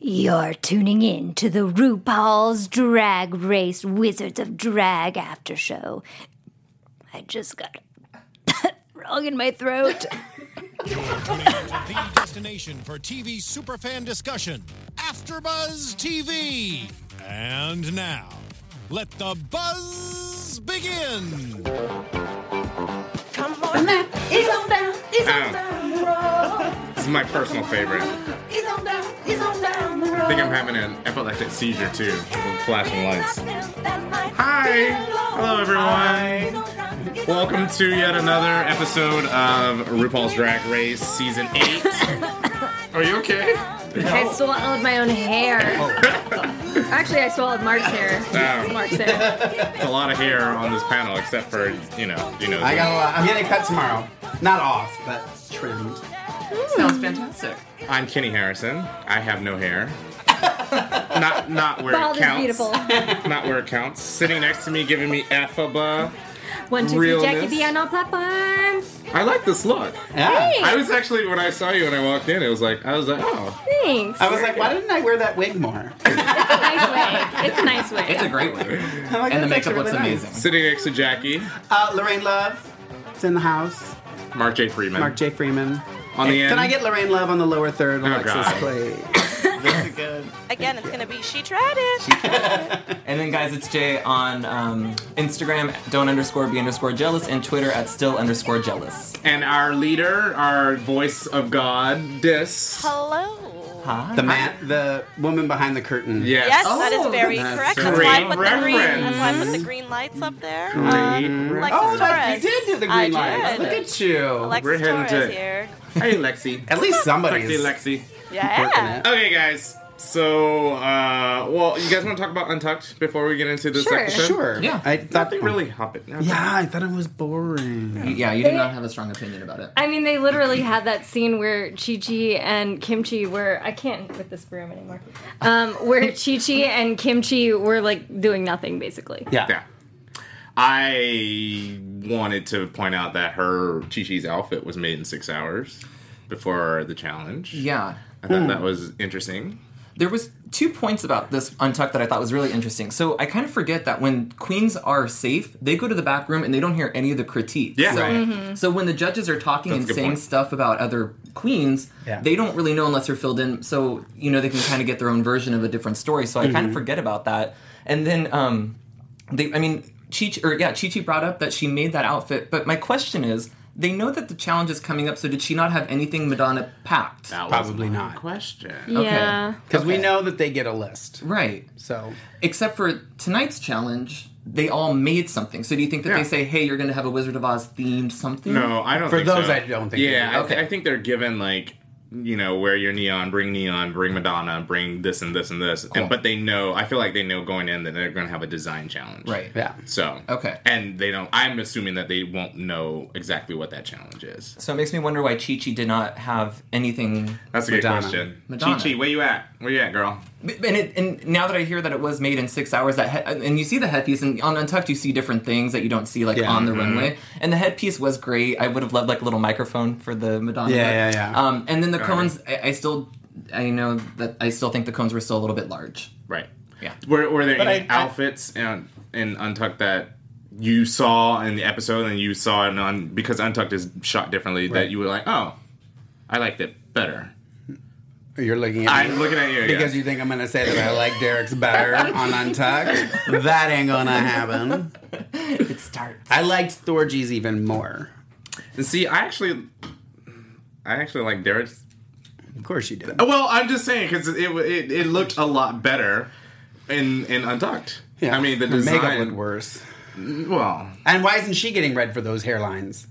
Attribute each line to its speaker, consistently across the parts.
Speaker 1: You're tuning in to the RuPaul's Drag Race Wizards of Drag after show. I just got wrong in my throat.
Speaker 2: the destination for TV superfan discussion, AfterBuzz TV. And now, let the buzz begin.
Speaker 3: Come on now. It's on down. It's on
Speaker 4: Ow.
Speaker 3: down the road.
Speaker 4: This is my personal favorite. I
Speaker 3: It's on down. It's on down the road.
Speaker 4: think I'm having an epileptic seizure too. With flashing lights. Hi! Hello everyone! Welcome to yet another episode of RuPaul's Drag Race Season 8. Are you okay?
Speaker 5: I swallowed my own hair. Actually, I swallowed Mark's hair.
Speaker 4: Wow,
Speaker 5: Mark's hair.
Speaker 4: it's a lot of hair on this panel, except for, you know, you know.
Speaker 6: I got a lot. I'm getting it cut tomorrow. Not off, but trimmed.
Speaker 7: Sounds fantastic.
Speaker 4: I'm Kenny Harrison. I have no hair. Not not where
Speaker 5: Bald
Speaker 4: it
Speaker 5: is
Speaker 4: counts.
Speaker 5: beautiful.
Speaker 4: Not where it counts. Sitting next to me, giving me effaba.
Speaker 5: One, two, three, Jackie
Speaker 4: Realness.
Speaker 5: B on all platforms.
Speaker 4: I like this look.
Speaker 6: Yeah.
Speaker 4: I was actually when I saw you when I walked in, it was like I was like, oh,
Speaker 5: Thanks.
Speaker 6: I was like, why didn't I wear that wig more? I'm
Speaker 5: nice wig. It's a nice wig.
Speaker 7: It's a great one.
Speaker 6: like,
Speaker 7: And
Speaker 6: "That's
Speaker 7: the makeup
Speaker 6: actually
Speaker 7: looks
Speaker 6: really nice."
Speaker 7: amazing.
Speaker 4: sitting next to Jackie,
Speaker 6: Uh, Lorraine Love. It's in the house.
Speaker 4: Mark J. Freeman.
Speaker 6: Mark J. Freeman.
Speaker 4: On the end. Oh,
Speaker 6: Can I get Lorraine Love on the lower third? Alexis,
Speaker 4: God.
Speaker 6: please.
Speaker 8: Again, it's gonna be she tried it.
Speaker 7: And then, guys, it's Jay on um, Instagram, don't underscore be underscore jealous, and Twitter at still underscore jealous.
Speaker 4: and our leader, our voice of God, Dis.
Speaker 8: Hello.
Speaker 6: The man, the woman behind the curtain.
Speaker 4: Yes.
Speaker 8: Yes, that is
Speaker 7: Oh,
Speaker 8: very
Speaker 6: that's
Speaker 8: correct.
Speaker 6: a
Speaker 8: That's why I
Speaker 4: great
Speaker 8: put the green.
Speaker 4: reference.
Speaker 8: That's why I put the green lights up there.
Speaker 4: Great
Speaker 8: Um,
Speaker 4: reference.
Speaker 8: Alexis
Speaker 6: Oh, but
Speaker 8: Torres.
Speaker 6: you did do the
Speaker 8: I
Speaker 6: green light.
Speaker 8: did.
Speaker 6: Look at you.
Speaker 8: Alexis
Speaker 4: We're heading
Speaker 8: Torres
Speaker 4: to-
Speaker 8: here.
Speaker 4: Hey, Lexi.
Speaker 6: At least somebody's
Speaker 4: Lexi, Lexi.
Speaker 6: working
Speaker 8: Yeah.
Speaker 6: it.
Speaker 4: Okay, guys. So, uh, well, you guys want to talk about Untucked before we get into this
Speaker 5: Sure.
Speaker 4: episode?
Speaker 6: Sure.
Speaker 7: Yeah.
Speaker 6: I thought
Speaker 4: Nothing really happened.
Speaker 6: Yeah, I thought it was boring.
Speaker 7: Yeah, you did not have a strong opinion about it.
Speaker 5: I mean, they literally had that scene where Chi Chi and Kimchi were. I can't hit with this broom anymore. Um, where Chi Chi and Kimchi were like doing nothing, basically.
Speaker 6: Yeah.
Speaker 4: Yeah. I wanted to point out that her Chi Chi's outfit was made in six hours before the challenge.
Speaker 7: Yeah.
Speaker 4: I thought that was interesting.
Speaker 7: there was two points about this untucked that I thought was really interesting. So I kind of forget that when queens are safe, they go to the back room and they don't hear any of the critique.
Speaker 4: Yeah.
Speaker 7: So,
Speaker 4: Right.
Speaker 7: so when the judges are talking
Speaker 4: That's a
Speaker 7: and
Speaker 4: good
Speaker 7: saying
Speaker 4: point.
Speaker 7: stuff about other queens,
Speaker 6: Yeah.
Speaker 7: they don't really know unless they're filled in. So you know they can kind of get their own version of a different story. So I kind of forget about that. And then um, they, I mean, Chichi or yeah, Chichi brought up that she made that outfit. But my question is. They know that the challenge is coming up, so did she not have anything Madonna packed?
Speaker 4: That was
Speaker 6: Probably
Speaker 4: my
Speaker 6: not.
Speaker 4: Question.
Speaker 5: Yeah.
Speaker 6: Because we know that they get a list.
Speaker 7: Right.
Speaker 6: So
Speaker 7: except for tonight's challenge, they all made something. So do you think that
Speaker 4: Yeah.
Speaker 7: they say, "Hey, you're going to have a Wizard of Oz themed something"?
Speaker 4: No, I don't.
Speaker 6: For
Speaker 4: think
Speaker 6: those,
Speaker 4: so.
Speaker 6: I don't think
Speaker 4: Yeah,
Speaker 6: they
Speaker 4: I,
Speaker 7: do. Okay.
Speaker 4: I think they're given like you know wear your neon, bring neon, bring Madonna, bring this and this and this. And but they know. I feel like they know going in that they're going to have a design challenge.
Speaker 7: Right.
Speaker 6: yeah.
Speaker 4: So
Speaker 7: Okay.
Speaker 4: and they don't. I'm assuming that they won't know exactly what that challenge is.
Speaker 7: So it makes me wonder why Chi Chi did not have anything.
Speaker 4: That's a good
Speaker 6: Madonna.
Speaker 4: question.
Speaker 7: Madonna.
Speaker 4: Chi Chi, where you at? Where you at, girl?
Speaker 7: And, it, and now that I hear that it was made in six hours, that he- and you see the headpiece and on Untucked you see different things that you don't see like
Speaker 6: Yeah.
Speaker 7: on the runway. And the headpiece was great. I would have loved like a little microphone for the Madonna.
Speaker 6: Yeah,
Speaker 7: look.
Speaker 6: yeah, yeah.
Speaker 7: Um, and then the cones, I, I still, I know that I still think the cones were still a little bit large.
Speaker 4: Right.
Speaker 7: Yeah.
Speaker 4: Were, were there
Speaker 6: But
Speaker 4: any
Speaker 6: I- I-
Speaker 4: outfits and and Untucked that you saw in the episode and you saw it on because Untucked is shot differently that
Speaker 6: Right.
Speaker 4: you were like, oh, I liked it better.
Speaker 6: You're looking at me.
Speaker 4: I'm looking at you
Speaker 6: Because you think I'm gonna say that I like Derek's better on Untucked? That ain't gonna happen.
Speaker 7: It starts.
Speaker 6: I liked Thorgy's even more.
Speaker 4: you see. I actually, I actually like Derek's.
Speaker 6: Of course you did.
Speaker 4: Well, I'm just saying because it, it it looked a lot better in in Untucked. I mean the
Speaker 6: Her
Speaker 4: design.
Speaker 6: makeup looked worse.
Speaker 4: Well,
Speaker 6: And why isn't she getting red for those hairlines?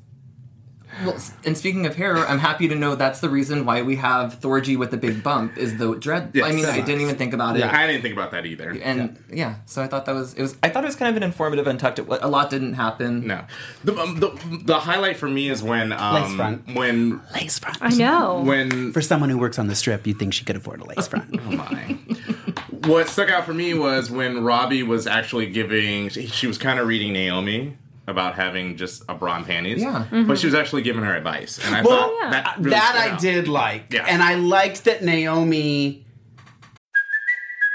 Speaker 7: Well, s- and speaking of hair, I'm happy to know that's the reason why we have Thorgy with the big bump is the dread. I mean, I didn't even think about it.
Speaker 4: I didn't think about that either.
Speaker 7: And yeah. so I thought that was it was. I thought it was kind of an informative untucked. It, wa- a lot didn't happen.
Speaker 4: no, the, um, the the highlight for me is when um,
Speaker 6: Lace front.
Speaker 4: when
Speaker 6: Lace front.
Speaker 5: I know.
Speaker 4: when
Speaker 6: For someone who works on the strip, you'd think she could afford a lace front.
Speaker 4: my. what stuck out for me was when Robbie was actually giving. She, she was kind of reading Naomi about having just a bra and panties.
Speaker 7: Yeah.
Speaker 4: But she was actually giving her advice, and I
Speaker 6: Mm-hmm. Well, Uh,
Speaker 4: thought that really
Speaker 6: that
Speaker 4: stood
Speaker 6: I
Speaker 4: out.
Speaker 6: did like.
Speaker 4: Yeah.
Speaker 6: And I liked that Naomi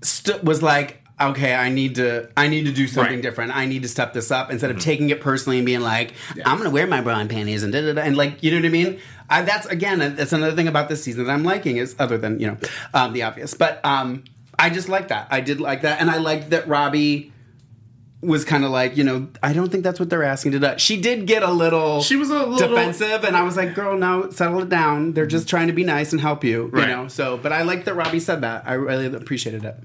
Speaker 6: st- was like, okay, I need to, I need to do something different. I need to step this up instead of
Speaker 4: Mm-hmm.
Speaker 6: taking it personally and being like, I'm gonna wear my bra and panties and da da da, and like, you know what I mean? I, that's again, that's another thing about this season that I'm liking is other than you know, um, the obvious, but um, I just like that. I did like that, and I liked that Robbie. Was kind of like, you know, I don't think that's what they're asking to do. She did get a little
Speaker 4: She was a little- Mm-hmm.
Speaker 6: defensive, and I was like, girl, no, settle it down. They're just trying to be nice and help you,
Speaker 4: Right.
Speaker 6: you know. So, but I like that Robbie said that. I really appreciated it.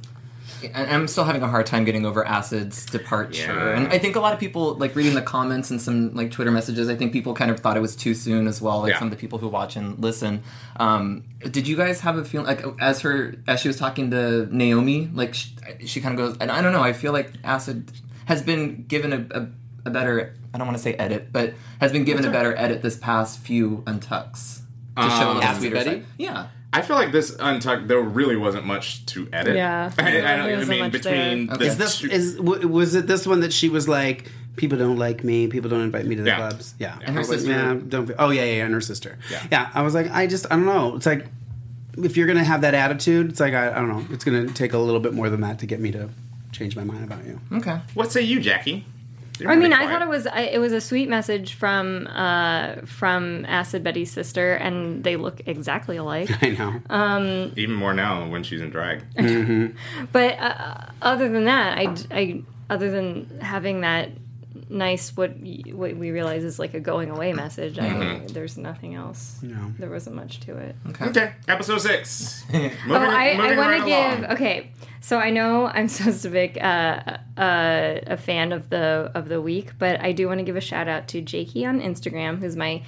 Speaker 7: I- I'm still having a hard time getting over Acid's departure, and I think a lot of people like reading the comments and some like Twitter messages. I think people kind of thought it was too soon as well. Like
Speaker 4: Yeah.
Speaker 7: some of the people who watch and listen. Um, did you guys have a feeling like as her as she was talking to Naomi, like she, she kind of goes, and I don't know. I feel like Acid has been given a, a, a better. I don't want to say edit, but has been given a better edit this past few untucks to show a little
Speaker 6: Acid
Speaker 7: sweeter
Speaker 6: Betty?
Speaker 7: side. Yeah.
Speaker 4: I feel like this untucked. There really wasn't much to edit.
Speaker 5: Yeah.
Speaker 4: I, I don't-
Speaker 5: There
Speaker 4: I
Speaker 5: wasn't
Speaker 4: mean
Speaker 5: much
Speaker 4: between
Speaker 7: there.
Speaker 4: the
Speaker 7: Okay.
Speaker 6: Is this
Speaker 4: two-
Speaker 6: is w- was it this one that she was like, people don't like me, people don't invite me to the
Speaker 4: Yeah.
Speaker 6: clubs, yeah,
Speaker 7: And
Speaker 6: I
Speaker 7: her
Speaker 6: was like,
Speaker 7: sister.
Speaker 6: yeah, don't. Be, oh yeah, yeah, yeah, and her sister,
Speaker 4: Yeah.
Speaker 6: I was like, I just, I don't know. It's like if you're gonna have that attitude, it's like I, I don't know. It's gonna take a little bit more than that to get me to change my mind about you.
Speaker 7: Okay.
Speaker 4: what say you, Jackie? You're
Speaker 5: I mean,
Speaker 4: pretty
Speaker 5: I thought
Speaker 4: quiet.
Speaker 5: it was I, it was a sweet message from uh, from Acid Betty's sister, and they look exactly alike.
Speaker 6: I know.
Speaker 7: Uh,
Speaker 4: even more now when she's in drag.
Speaker 5: but uh, other than that, I, I other than having that nice what y- what we realize is like a going away message,
Speaker 4: Mm-hmm.
Speaker 5: I, there's nothing else.
Speaker 6: No.
Speaker 5: There wasn't much to it.
Speaker 4: okay, episode six. moving
Speaker 5: Oh, I, I
Speaker 4: moving
Speaker 5: want
Speaker 4: right
Speaker 5: to
Speaker 4: along.
Speaker 5: give. Okay, so I know I'm supposed to be uh, uh, a fan of the of the week, but I do want to give a shout out to Jakey on Instagram, who's my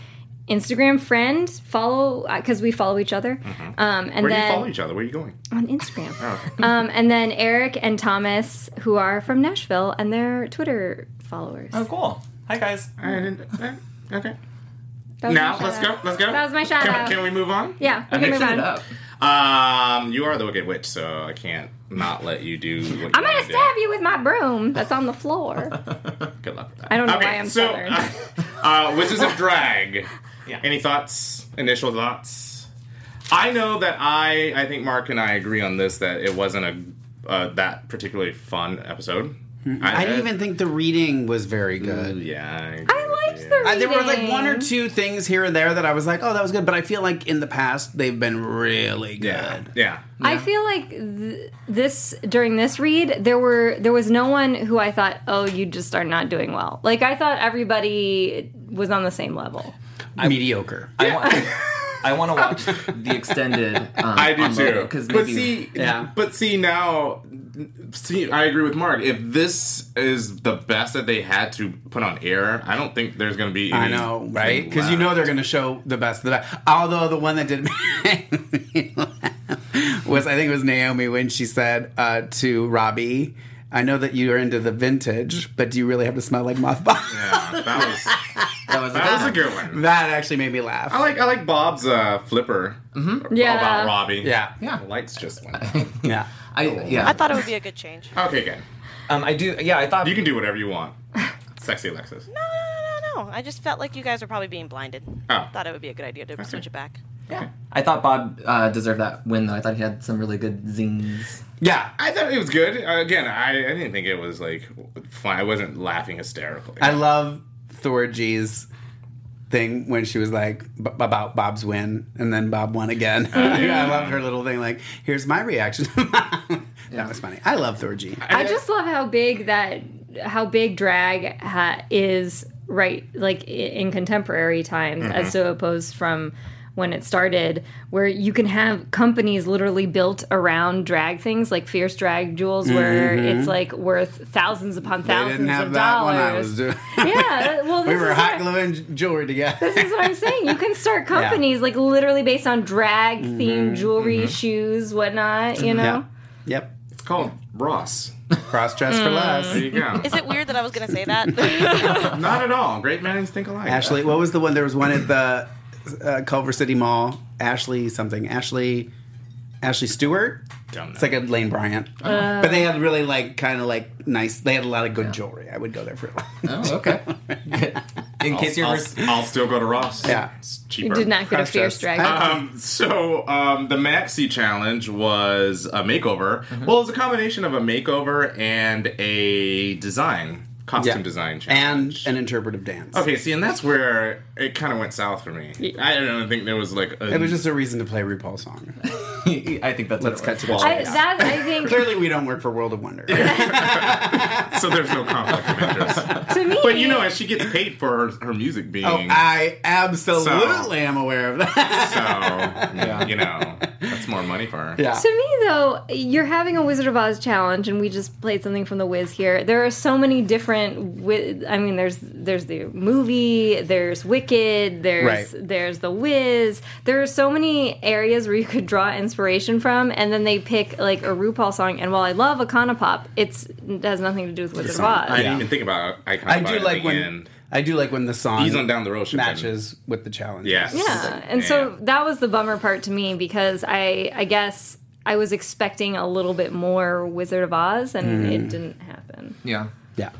Speaker 5: Instagram friend. Follow because we follow each other, um, and
Speaker 4: Where do you
Speaker 5: then
Speaker 4: follow each other? Where are you going?
Speaker 5: on Instagram.
Speaker 4: okay.
Speaker 5: Um, and then Eric and Thomas, who are from Nashville, and they're Twitter followers.
Speaker 7: Oh, cool. Hi guys.
Speaker 4: okay.
Speaker 5: That was
Speaker 4: Now
Speaker 5: my
Speaker 4: let's go.
Speaker 5: shout-out.
Speaker 4: Let's go.
Speaker 5: That was my shout
Speaker 4: Can,
Speaker 5: out.
Speaker 4: can we move on?
Speaker 5: Yeah, we
Speaker 7: I
Speaker 5: can move
Speaker 7: mixed
Speaker 5: on.
Speaker 7: it up.
Speaker 4: Um, you are the Wicked Witch, so I can't not let you do. What you
Speaker 5: I'm gonna stab you with my broom that's on the floor.
Speaker 4: Good luck with that.
Speaker 5: I don't know
Speaker 4: okay,
Speaker 5: why I'm
Speaker 4: so,
Speaker 5: southern.
Speaker 4: Uh, uh, Wizards of Drag.
Speaker 7: Yeah.
Speaker 4: Any thoughts? Initial thoughts? I know that I, I think Mark and I agree on this that it wasn't a uh, that particularly fun episode.
Speaker 6: Mm-hmm. I didn't even think the reading was very good.
Speaker 4: Mm, Yeah.
Speaker 5: I liked the
Speaker 6: I, there were like
Speaker 5: reading.
Speaker 6: one or two things here and there that I was like, oh, that was good. But I feel like in the past they've been really good.
Speaker 4: Yeah. Yeah.
Speaker 5: I feel like th- this during this read there were there was no one who I thought oh you just are not doing well like I thought everybody was on the same level
Speaker 6: Mediocre.
Speaker 7: I want, I want to watch the extended. Um,
Speaker 4: I do too.
Speaker 7: Because
Speaker 4: but see,
Speaker 6: Yeah.
Speaker 4: but see now, see, I agree with Mark. If this is the best that they had to put on air, I don't think there's going to be. Any
Speaker 6: I know, right? Because you know they're going to show the best of that. Although the one that did me laugh was, I think it was Naomi when she said uh, to Robbie, "I know that you are into the vintage, but do you really have to smell like mothballs?"
Speaker 4: Yeah, that was
Speaker 7: that was,
Speaker 4: that was a good one.
Speaker 6: That actually made me laugh.
Speaker 4: I like I like Bob's uh, flipper
Speaker 5: Yeah.
Speaker 4: about Robbie.
Speaker 6: Mm-hmm. yeah,
Speaker 7: Yeah.
Speaker 4: The lights just went.
Speaker 6: yeah.
Speaker 7: I yeah.
Speaker 8: I thought it would be a good change.
Speaker 4: okay, good.
Speaker 7: um, I do. Yeah, I thought
Speaker 4: You can do whatever you want. Sexy Alexis.
Speaker 8: No, no, no, no, no. I just felt like you guys were probably being blinded.
Speaker 4: Oh.
Speaker 8: Thought it would be a good idea to switch it back.
Speaker 7: Yeah, I thought Bob uh, deserved that win though. I thought he had some really good zings.
Speaker 6: Yeah,
Speaker 4: I thought it was good. Uh, again, I, I didn't think it was like fun. I wasn't laughing hysterically.
Speaker 6: I love Thorgy's thing when she was like b- about Bob's win, and then Bob won again. I loved her little thing, like, "Here's my reaction." that was funny. I love Thorgy.
Speaker 5: I just love how big that how big drag ha- is right like i- in contemporary times
Speaker 6: Mm-hmm.
Speaker 5: as to opposed from when it started where you can have companies literally built around drag things like fierce drag jewels where it's like worth thousands upon
Speaker 6: I
Speaker 5: thousands
Speaker 6: Mm-hmm. didn't have
Speaker 5: of
Speaker 6: that
Speaker 5: dollars
Speaker 6: when I was doing.
Speaker 5: yeah well
Speaker 6: we
Speaker 5: this
Speaker 6: were
Speaker 5: is
Speaker 6: hot
Speaker 5: what-
Speaker 6: gluing j- jewelry together.
Speaker 5: this is what I'm saying. You can start companies like literally based on drag themed jewelry, shoes, whatnot. You know,
Speaker 6: Yep.
Speaker 4: It's called Ross.
Speaker 6: Cross dress for less.
Speaker 4: There
Speaker 5: Mm.
Speaker 4: you go.
Speaker 8: Is it weird that I was going to say that?
Speaker 4: Not at all. Great minds think alike.
Speaker 6: Ashley, what was the one? There was one at the uh, Culver City Mall. Ashley something. Ashley. Ashley Stewart.
Speaker 4: Don't know.
Speaker 6: It's like a Lane Bryant,
Speaker 5: Uh,
Speaker 6: but they had really like kind of like nice. They had a lot of good jewelry. I would go there for it.
Speaker 7: Oh, okay. In case you're
Speaker 4: I'll, I'll still go to Ross.
Speaker 6: Yeah.
Speaker 4: It's
Speaker 5: You
Speaker 4: cheaper.
Speaker 5: did not get a
Speaker 6: Cross
Speaker 5: fierce
Speaker 6: dress.
Speaker 5: dragon.
Speaker 4: Um, so um, the maxi challenge was a makeover.
Speaker 6: Mm-hmm.
Speaker 4: Well, it was a combination of a makeover and a design costume design
Speaker 6: and
Speaker 4: challenge.
Speaker 6: an interpretive dance.
Speaker 4: okay, see, and that's where it kind of went south for me. I don't think there was like a,
Speaker 6: It was just a reason to play RuPaul song.
Speaker 7: I think that's
Speaker 6: Let's cut to the
Speaker 4: Well,
Speaker 6: chase.
Speaker 5: I, that I think
Speaker 6: Clearly, we don't work for World of Wonder.
Speaker 4: so there's no conflict of interest.
Speaker 5: to me.
Speaker 4: But you know, and she gets paid for her, her music being
Speaker 6: Oh, I absolutely
Speaker 4: So-
Speaker 6: am aware of that.
Speaker 4: so. You know, that's more money for her.
Speaker 6: Yeah.
Speaker 5: To me, though, you're having a Wizard of Oz challenge, and we just played something from The Wiz here. There are so many different. Wi- I mean, there's there's the movie, there's Wicked, there's
Speaker 6: Right.
Speaker 5: there's The Wiz. There are so many areas where you could draw inspiration from, and then they pick like a RuPaul song. And while I love Pop, it's it has nothing to do with Wizard of Oz.
Speaker 4: I didn't even think about icon.
Speaker 6: I do like
Speaker 4: the
Speaker 6: when
Speaker 4: end.
Speaker 6: I do like when the song
Speaker 4: These on down the road should
Speaker 6: matches with the challenge.
Speaker 4: Yes.
Speaker 5: Yeah, and so that was the bummer part to me because I, I guess I was expecting a little bit more Wizard of Oz, and it didn't happen.
Speaker 7: yeah.
Speaker 6: yeah.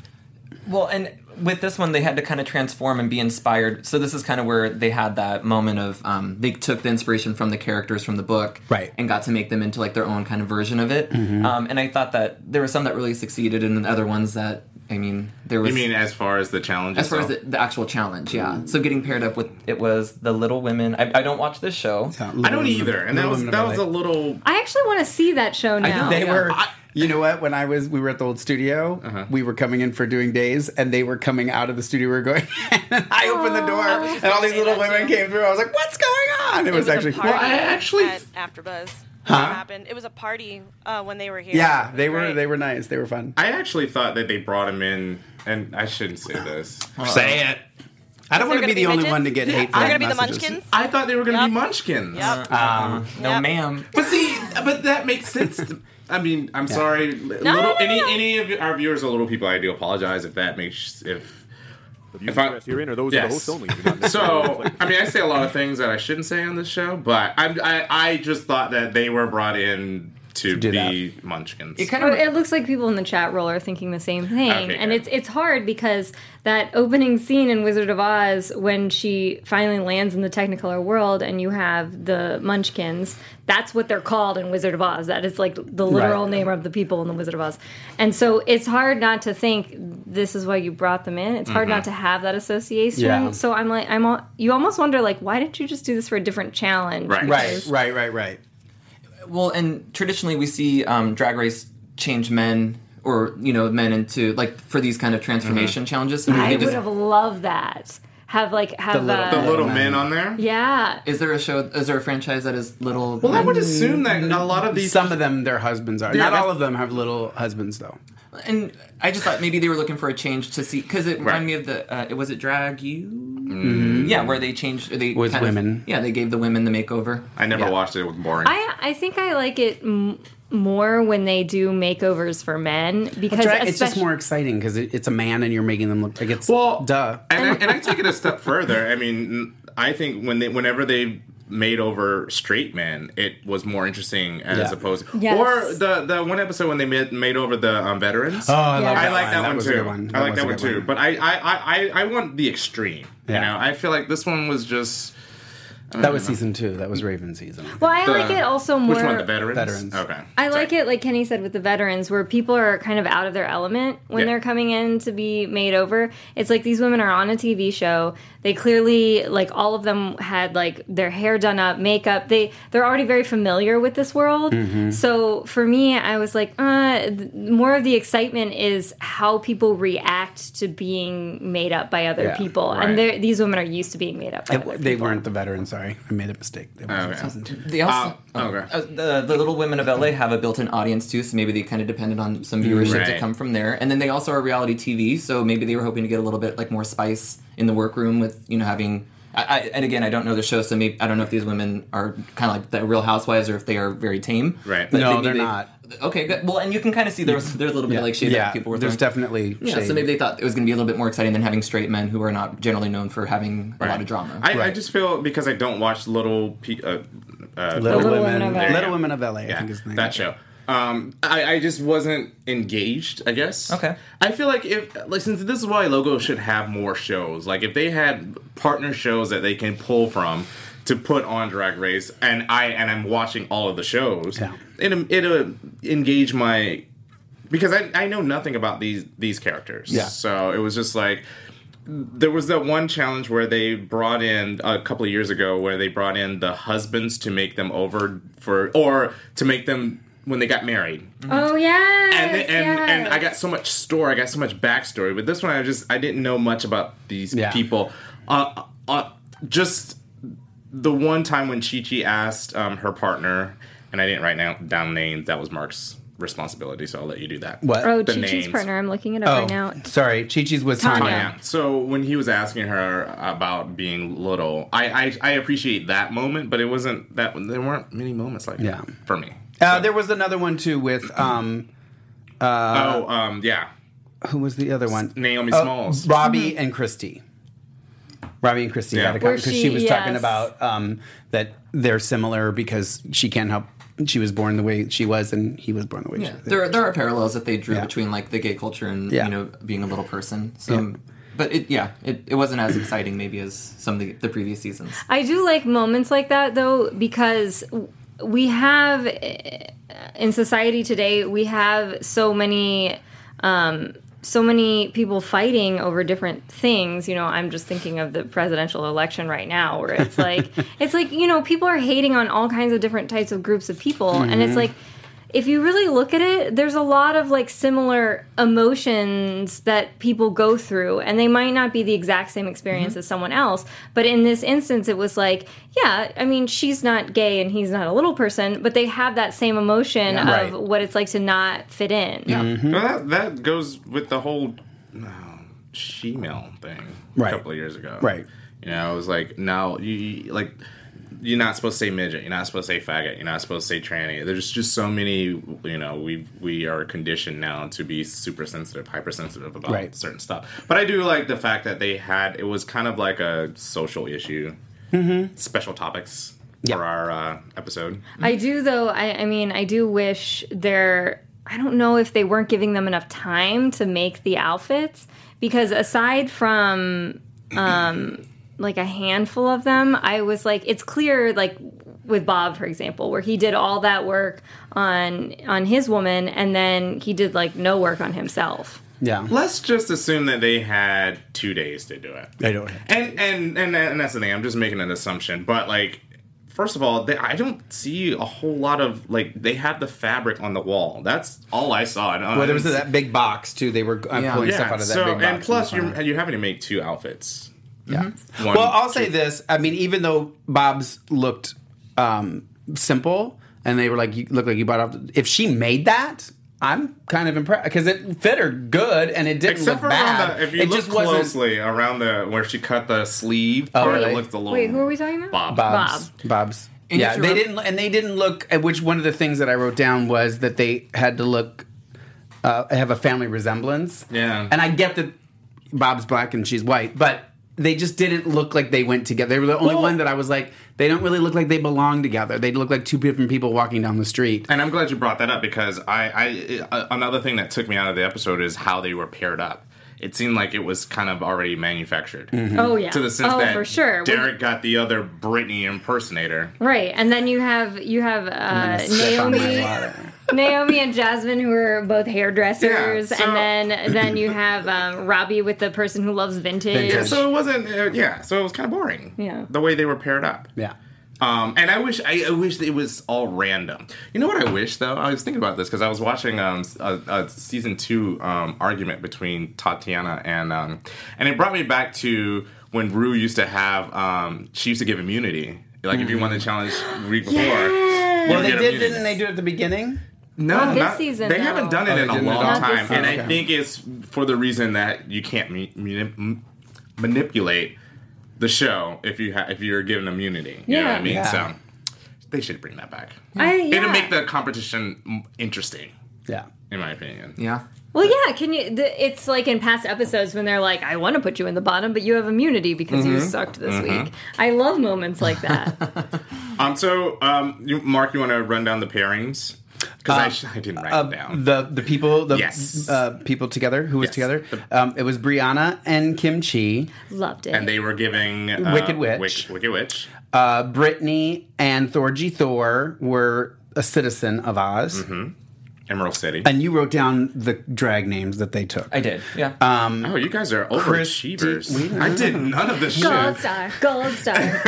Speaker 7: Well, and with this one, they had to kind of transform and be inspired. So this is kind of where they had that moment of um, they took the inspiration from the characters from the book,
Speaker 6: Right.
Speaker 7: and got to make them into like their own kind of version of it. Um, and I thought that there were some that really succeeded, and then other ones that I mean, there was.
Speaker 4: You mean as far as the challenge?
Speaker 7: as far as
Speaker 4: itself?
Speaker 7: the, the actual challenge, yeah. So getting paired up with it was the Little Women. I, I don't watch this show.
Speaker 4: I don't either, and that was that was a little.
Speaker 5: I actually want to see that show now.
Speaker 7: they were-
Speaker 6: Or- you know what? When I was, we were at the old studio.
Speaker 4: Uh-huh.
Speaker 6: We were coming in for doing days, and they were coming out of the studio. We were going. and I opened the door, and all these little women came through. I was like, "What's going on?" It, was,
Speaker 8: a
Speaker 6: actually.
Speaker 8: party
Speaker 6: Well, I actually.
Speaker 8: at AfterBuzz. Huh? Happened. It was a party uh, when they were here.
Speaker 6: Yeah, they were.
Speaker 8: Right.
Speaker 6: They were nice. They were fun.
Speaker 4: I actually thought that they brought him in, and I shouldn't say this.
Speaker 6: Say it. I don't
Speaker 8: They're
Speaker 6: want to
Speaker 8: gonna
Speaker 6: be the only
Speaker 8: midgets?
Speaker 6: one to get hate. Uh,
Speaker 8: They're gonna be the Munchkins.
Speaker 4: I thought they were going to
Speaker 8: Yep.
Speaker 4: be Munchkins.
Speaker 8: Yep.
Speaker 7: No,
Speaker 8: Yep.
Speaker 7: ma'am.
Speaker 4: But see, but that makes sense. to- I mean, I'm sorry. little,
Speaker 8: no, no,
Speaker 4: any
Speaker 8: no.
Speaker 4: any of our viewers are little people. I do apologize if that makes if. If I,
Speaker 9: in are those
Speaker 4: Yes. so, I mean, I say a lot of things that I shouldn't say on this show, but I'm, I I just thought that they were brought in to
Speaker 6: do
Speaker 4: be Munchkins.
Speaker 7: It kind
Speaker 5: Oh,
Speaker 7: of
Speaker 5: it looks like people in the chat roll are thinking the same thing,
Speaker 4: Okay,
Speaker 5: and
Speaker 4: good.
Speaker 5: it's it's hard because that opening scene in Wizard of Oz when she finally lands in the Technicolor world, and you have the Munchkins. That's what they're called in Wizard of Oz. That is like the literal
Speaker 6: Right.
Speaker 5: name of the people in the Wizard of Oz, and so it's hard not to think this is why you brought them in. It's hard not to
Speaker 7: Mm-hmm.
Speaker 5: have that association.
Speaker 6: Yeah.
Speaker 5: So I'm like, I'm al- you almost wonder like, why didn't you just do this for a different challenge?
Speaker 4: Right.
Speaker 6: Right, right, right, right.
Speaker 7: Well, and traditionally we see um, drag race change men or you know men into like for these kind of transformation challenges. So
Speaker 5: I
Speaker 7: they just-
Speaker 5: would have loved that. Have like have
Speaker 6: little-
Speaker 5: a,
Speaker 4: the little men on there.
Speaker 5: yeah.
Speaker 7: is there a show? Is there a franchise that is little?
Speaker 4: Well, I would assume that a lot of these.
Speaker 6: Some of them, their husbands are. Not
Speaker 7: that's-
Speaker 6: all of them have little husbands, though.
Speaker 7: and I just thought maybe they were looking for a change to see because it reminded me of the uh, it was it drag you.
Speaker 4: Mm-hmm.
Speaker 7: Yeah, where they changed. They
Speaker 6: With
Speaker 7: kind of-
Speaker 6: women.
Speaker 7: yeah, they gave the women the makeover.
Speaker 4: I never watched it. It was boring.
Speaker 5: I I think I like it m- more when they do makeovers for men because
Speaker 6: Drag- it's just
Speaker 5: especially-
Speaker 6: more exciting because it, it's a man and you're making them look like it's
Speaker 4: Well,
Speaker 6: duh.
Speaker 4: and I, and I take it a step further. I mean, I think when they, whenever they made over straight men, it was more interesting as
Speaker 6: Yeah.
Speaker 4: opposed.
Speaker 5: Yes.
Speaker 4: Or the the one episode when they made made over the um, veterans.
Speaker 6: Oh, I
Speaker 5: Yeah.
Speaker 6: love
Speaker 4: I
Speaker 6: that
Speaker 4: like
Speaker 6: one.
Speaker 4: that, one
Speaker 6: was a
Speaker 4: too.
Speaker 6: good one.
Speaker 4: I
Speaker 6: That
Speaker 4: like
Speaker 6: was a
Speaker 4: that one
Speaker 6: good
Speaker 4: too. But I, I, I, I- I want the extreme. You
Speaker 6: Yeah.
Speaker 4: know, I feel like this one was just
Speaker 6: that was season two. That was Raven season.
Speaker 5: Well, I
Speaker 4: the-
Speaker 5: like it also more.
Speaker 4: Which one? The veterans.
Speaker 6: Veterans.
Speaker 4: Okay.
Speaker 5: I like it, like Kenny said, with the veterans, where people are kind of out of their element when
Speaker 4: Yeah.
Speaker 5: they're coming in to be made over. It's like these women are on a TV show. They clearly, like, all of them had like their hair done up, makeup. They they're already very familiar with this world.
Speaker 4: Mm-hmm.
Speaker 5: So for me, I was like, uh, th- more of the excitement is how people react to being made up by other
Speaker 6: Yeah,
Speaker 5: people,
Speaker 4: right.
Speaker 5: and they're- these women are used to being made up. by other
Speaker 6: They weren't the veterans. Sorry, I made a mistake. They weren't
Speaker 4: Okay.
Speaker 6: season two.
Speaker 7: They also
Speaker 4: Um, okay.
Speaker 7: uh, the the Little Women of LA have a built-in audience too, so maybe they kind of depended on some viewership to
Speaker 4: Right.
Speaker 7: come from there. And then they also are reality TV, so maybe they were hoping to get a little bit like more spice in the workroom with you know having. I, I, and again, I don't know the show, so maybe I don't know if these women are kind of like the Real Housewives or if they are very tame.
Speaker 4: Right.
Speaker 7: But
Speaker 6: No,
Speaker 7: maybe
Speaker 6: they're not.
Speaker 7: okay, good. Well, and you can kind of see there was there's a little bit of like shade
Speaker 6: yeah,
Speaker 7: that people were
Speaker 6: there's
Speaker 7: throwing.
Speaker 6: definitely
Speaker 7: Yeah,
Speaker 6: shade.
Speaker 7: so maybe they thought it was going to be a little bit more exciting than having straight men who are not generally known for having a lot of drama.
Speaker 4: I, I just feel because I don't watch Little Pe- uh, uh,
Speaker 6: Little,
Speaker 5: Little
Speaker 6: Women,
Speaker 5: Women of LA.
Speaker 6: Little Women of LA, I think is the name.
Speaker 4: that show. Um, I, I just wasn't engaged. I guess.
Speaker 7: Okay.
Speaker 4: I feel like if like since this is why Logo should have more shows. Like if they had partner shows that they can pull from to put on Drag Race, and I and I'm watching all of the shows,
Speaker 6: Yeah.
Speaker 4: it'll, it'll engage my because I, I know nothing about these these characters.
Speaker 6: Yeah.
Speaker 4: So it was just like there was that one challenge where they brought in a couple of years ago where they brought in the husbands to make them over for or to make them when they got married.
Speaker 5: Oh yes,
Speaker 4: And they- and
Speaker 5: yes.
Speaker 4: and I got so much story, I got so much backstory, but this one I just I didn't know much about these
Speaker 6: Yeah.
Speaker 4: people. Uh, uh, just the one time when Chi Chi asked um, her partner, and I didn't write now, down names. That was Mark's responsibility, so I'll let you do that.
Speaker 6: What? Oh,
Speaker 5: Oh,
Speaker 4: the
Speaker 5: Chi Chi's
Speaker 4: names. Oh.
Speaker 5: partner. I'm looking it up right now.
Speaker 6: Sorry, Chi Chi's was Tanya.
Speaker 5: Tanya.
Speaker 4: Yeah. So when he was asking her about being little, I, I I appreciate that moment, but it wasn't that there weren't many moments like
Speaker 6: Yeah.
Speaker 4: that for me.
Speaker 6: Uh, there was another one too with um,
Speaker 4: oh, um, yeah,
Speaker 6: who was the other one?
Speaker 4: Naomi
Speaker 6: Oh,
Speaker 4: Smalls.
Speaker 5: Mm-hmm.
Speaker 6: Robbie and Christy. Robbie and Christy
Speaker 4: Yeah.
Speaker 6: had a couple
Speaker 5: Where
Speaker 6: because she,
Speaker 5: she-
Speaker 6: was talking
Speaker 5: yes.
Speaker 6: about um, that they're similar because she can't help. She was born the way she was, and he was born the way
Speaker 7: yeah,
Speaker 6: she
Speaker 7: there
Speaker 6: was.
Speaker 7: there are parallels that they drew
Speaker 6: Yeah.
Speaker 7: between like the gay culture and
Speaker 6: Yeah.
Speaker 7: you know being a little person. So,
Speaker 6: Yeah.
Speaker 7: but it yeah, it, it wasn't as exciting maybe as some of the, the previous seasons.
Speaker 5: I do like moments like that though because w- we have eh, in society today we have so many um, so many people fighting over different things. You know, I'm just thinking of the presidential election right now where it's like it's like you know people are hating on all kinds of different types of groups of people, and
Speaker 6: Mm-hmm.
Speaker 5: it's like if you really look at it, there's a lot of like similar emotions that people go through, and they might not be the exact same experience
Speaker 6: Mm-hmm.
Speaker 5: as someone else. But in this instance, it was like, yeah, I mean, she's not gay and he's not a little person, but they have that same emotion
Speaker 6: Yeah.
Speaker 5: of
Speaker 6: Right.
Speaker 5: what it's like to not fit in.
Speaker 4: Well, that that goes with the whole no, she-male thing
Speaker 6: Right.
Speaker 4: a couple of years ago.
Speaker 6: Right.
Speaker 4: You know, it was like no, you, you like you're not supposed to say midget. You're not supposed to say faggot. You're not supposed to say tranny. There's just so many. You know, we we are conditioned now to be super sensitive, hypersensitive about
Speaker 6: Right.
Speaker 4: certain stuff. But I do like the fact that they had it was kind of like a social issue, special topics
Speaker 6: Yeah.
Speaker 4: for our uh, episode.
Speaker 5: I do though. I, I mean, I do wish there. I don't know if they weren't giving them enough time to make the outfits because aside from um, like a handful of them, I was like, it's clear like with Bob, for example, where he did all that work on on his woman and then he did like no work on himself.
Speaker 6: yeah,
Speaker 4: Let's just assume that they had two days to do it.
Speaker 6: I don't.
Speaker 4: And and and, and that's the thing. I'm just making an assumption, but like. First of all, they, I don't see a whole lot of like they have the fabric on the wall. That's all I saw. And I
Speaker 6: Well, there was
Speaker 4: didn't
Speaker 6: that big box too. They were uh,
Speaker 7: Yeah.
Speaker 6: pulling
Speaker 4: see-
Speaker 6: stuff out of that
Speaker 4: so
Speaker 6: big box.
Speaker 4: and plus Mm-hmm.
Speaker 6: in the
Speaker 4: you're
Speaker 6: corner.
Speaker 4: you're having to make two outfits.
Speaker 5: Mm-hmm.
Speaker 4: Yeah.
Speaker 6: Well, I'll say this. I mean, even though Bob's looked um, simple and they were like, you look like you bought off, if she made that, I'm kind of impressed because it fit her good and it didn't
Speaker 4: Except
Speaker 6: look
Speaker 4: for around
Speaker 6: bad.
Speaker 4: the, if you
Speaker 6: it
Speaker 4: look
Speaker 6: just wasn't. Oh,
Speaker 4: closely around the where she cut the sleeve part,
Speaker 6: really?
Speaker 4: it looked a little.
Speaker 5: Wait, who are we talking about?
Speaker 4: Bob.
Speaker 6: Bob's.
Speaker 5: Bob.
Speaker 6: Bob's.
Speaker 7: And
Speaker 6: yeah,
Speaker 7: if you
Speaker 6: they
Speaker 7: remem-
Speaker 6: didn't, and they didn't look. At which one of the things that I wrote down was that they had to look, uh, have a family resemblance.
Speaker 4: Yeah.
Speaker 6: and I get that Bob's black and she's white, but they just didn't look like they went together. They were the only one that I was like, they don't really look like they belong together. They look like two different people walking down the street.
Speaker 4: And I'm glad you brought that up because I, I uh, another thing that took me out of the episode is how they were paired up. It seemed like it was kind of already manufactured
Speaker 6: Mm-hmm.
Speaker 5: Oh yeah.
Speaker 4: to the sense
Speaker 5: oh,
Speaker 4: that
Speaker 5: for sure.
Speaker 4: Derek got the other Britney impersonator.
Speaker 5: Right, and then you have you have uh,
Speaker 6: Sip on my
Speaker 5: Naomi.
Speaker 6: water.
Speaker 5: Naomi and Jasmine, who are both hairdressers,
Speaker 4: Yeah, so-
Speaker 5: and then then you have um, Robbie with the person who loves vintage.
Speaker 4: Yeah,
Speaker 6: Vintage.
Speaker 4: so it wasn't. Uh, yeah, so it was kind of boring.
Speaker 5: Yeah.
Speaker 4: the way they were paired up.
Speaker 6: Yeah.
Speaker 4: Um, and I wish I, I wish that it was all random. You know what I wish though? I was thinking about this because I was watching um, s- a, a season two um, argument between Tatiana and um, and it brought me back to when Rue used to have um, she used to give immunity. Like if you won the challenge week before, you
Speaker 6: Mm-hmm. Well, they
Speaker 4: get
Speaker 6: did,
Speaker 4: immunity.
Speaker 6: didn't they do it at the beginning?
Speaker 4: No,
Speaker 5: Not this
Speaker 4: not-
Speaker 5: season,
Speaker 4: They
Speaker 5: though.
Speaker 4: haven't done it
Speaker 6: Oh, they
Speaker 4: in a
Speaker 6: didn't at
Speaker 4: long
Speaker 6: all? Not
Speaker 5: this
Speaker 4: time, and I
Speaker 6: season.
Speaker 4: think it's for the reason that you can't mu- muni- manipulate the show if you ha- if you're given immunity. You know what I
Speaker 5: Yeah.
Speaker 4: mean?
Speaker 6: Yeah.
Speaker 4: So They should bring that back.
Speaker 5: I-
Speaker 4: It'll
Speaker 5: yeah.
Speaker 4: make the competition m- interesting,
Speaker 6: Yeah.
Speaker 4: in my opinion.
Speaker 7: Yeah.
Speaker 5: Well, yeah. Can you? The, it's like in past episodes when they're like, "I want to put you in the bottom, but you have immunity because you sucked this week." I love moments like that.
Speaker 4: Um. So, um, you, Mark, you want to run down the pairings? Because I,
Speaker 6: Uh,
Speaker 4: sh- I didn't write
Speaker 6: Uh,
Speaker 4: it down.
Speaker 6: the the people the
Speaker 4: Yes.
Speaker 6: uh, people together who was
Speaker 4: Yes.
Speaker 6: together um, it was Brianna and Kim Chi
Speaker 5: Loved it.
Speaker 4: and they were giving uh,
Speaker 6: Wicked Witch.
Speaker 4: Wick- Wicked Witch.
Speaker 6: uh, Brittany and Thorgy Thor were a citizen of Oz
Speaker 4: Emerald City.
Speaker 6: and you wrote down the drag names that they took
Speaker 7: I did. Yeah.
Speaker 6: Uh,
Speaker 4: oh, you guys are overachievers.
Speaker 6: Christi- we-
Speaker 4: I did none of this
Speaker 5: gold
Speaker 4: shit.
Speaker 5: star, gold star.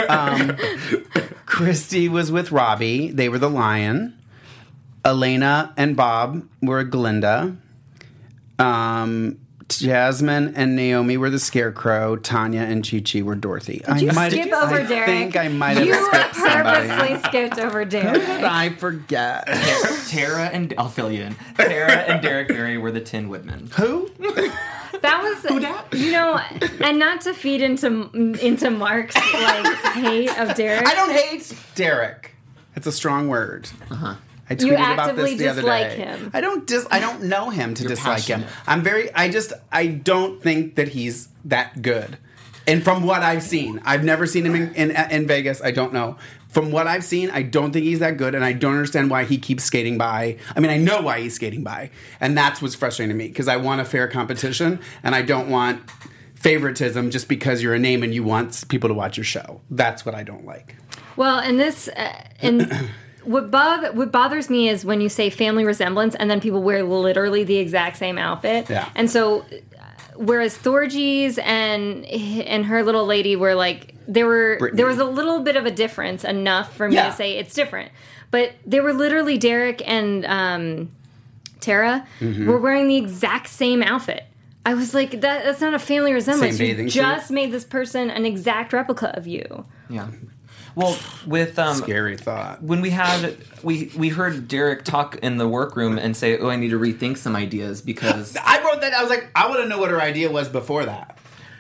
Speaker 6: Christy was with Robbie they were the lion Elena and Bob were Glinda um Jasmine and Naomi were the scarecrow. Tanya and Chi Chi were Dorothy. I
Speaker 5: you
Speaker 6: might-
Speaker 5: skip over
Speaker 6: I
Speaker 5: Derek?
Speaker 6: think I might have
Speaker 5: you
Speaker 6: skipped somebody.
Speaker 5: purposely skipped over Derek.
Speaker 6: I forget.
Speaker 7: Tara and I'll fill you in. Tara and Derek Barry were the Tin Woodmen.
Speaker 6: Who?
Speaker 5: That was
Speaker 7: dat?
Speaker 5: you know, and not to feed into into Mark's like hate of Derek.
Speaker 6: I don't hate Derek. It's a strong word. Uh-huh. I tweeted
Speaker 5: You
Speaker 6: about this
Speaker 5: actively
Speaker 6: the other
Speaker 5: dislike
Speaker 6: day.
Speaker 5: him.
Speaker 6: I don't dis. I don't know him to dislike him.
Speaker 7: passionate.
Speaker 6: I'm very. I just. I don't think that he's that good. And from what I've seen, I've never seen him in, in, in Vegas. I don't know. From what I've seen, I don't think he's that good, and I don't understand why he keeps skating by. I mean, I know why he's skating by, and that's what's frustrating to me because I want a fair competition, and I don't want favoritism just because you're a name and you want people to watch your show. That's what I don't like.
Speaker 5: Well, and this uh, and what bother what bothers me is when you say family resemblance and then people wear literally the exact same outfit.
Speaker 6: Yeah.
Speaker 5: And so uh, whereas Thorgy's and and her little lady were like there were
Speaker 6: Brittany.
Speaker 5: there was a little bit of a difference enough for me
Speaker 6: Yeah.
Speaker 5: to say it's different. But they were literally Derek and um, Tara
Speaker 6: Mm-hmm.
Speaker 5: were wearing the exact same outfit. I was like, that, that's not a family resemblance.
Speaker 6: bathing
Speaker 5: You
Speaker 6: suit.
Speaker 5: just made this person an exact replica of you.
Speaker 7: Yeah. Well, with um,
Speaker 6: Scary thought.
Speaker 7: when we had we we heard Derek talk in the workroom and say, "Oh, I need to rethink some ideas because
Speaker 6: I wrote that. I was like, I want to know what her idea was before that.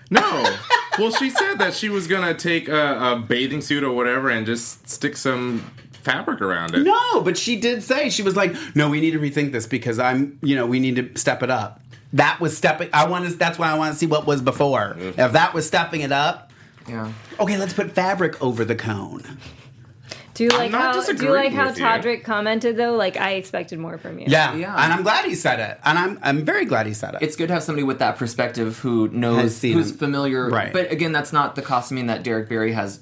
Speaker 4: No. well, she said that she was gonna take a, a bathing suit or whatever and just stick some fabric around it.
Speaker 6: No, but she did say she was like, no, we need to rethink this because I'm, you know, we need to step it up. That was stepping. I want to. That's why I want to see what was before. If that was stepping it up,
Speaker 7: yeah,
Speaker 6: okay, let's put fabric over the cone.
Speaker 5: Do you like
Speaker 4: not
Speaker 5: how do you like
Speaker 4: disagreeing
Speaker 5: how
Speaker 4: with you.
Speaker 5: Todrick commented though? Like I expected more from you.
Speaker 6: Yeah,
Speaker 7: Yeah.
Speaker 6: and I'm glad he said it, and I'm I'm very glad he said it.
Speaker 7: it's good to have somebody with that perspective who knows
Speaker 6: Has seen
Speaker 7: who's
Speaker 6: him.
Speaker 7: familiar.
Speaker 6: Right.
Speaker 7: But again, that's not the costuming that Derek Barry has.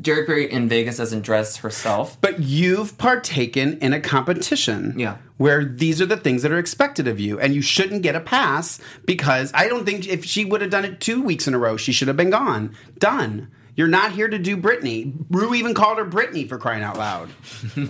Speaker 7: Derek Barry in Vegas doesn't dress herself.
Speaker 6: But you've partaken in a competition.
Speaker 7: Yeah.
Speaker 6: Where these are the things that are expected of you, and you shouldn't get a pass because I don't think if she would have done it two weeks in a row, she should have been gone. Done. You're not here to do Britney. Rue even called her Britney for crying out loud.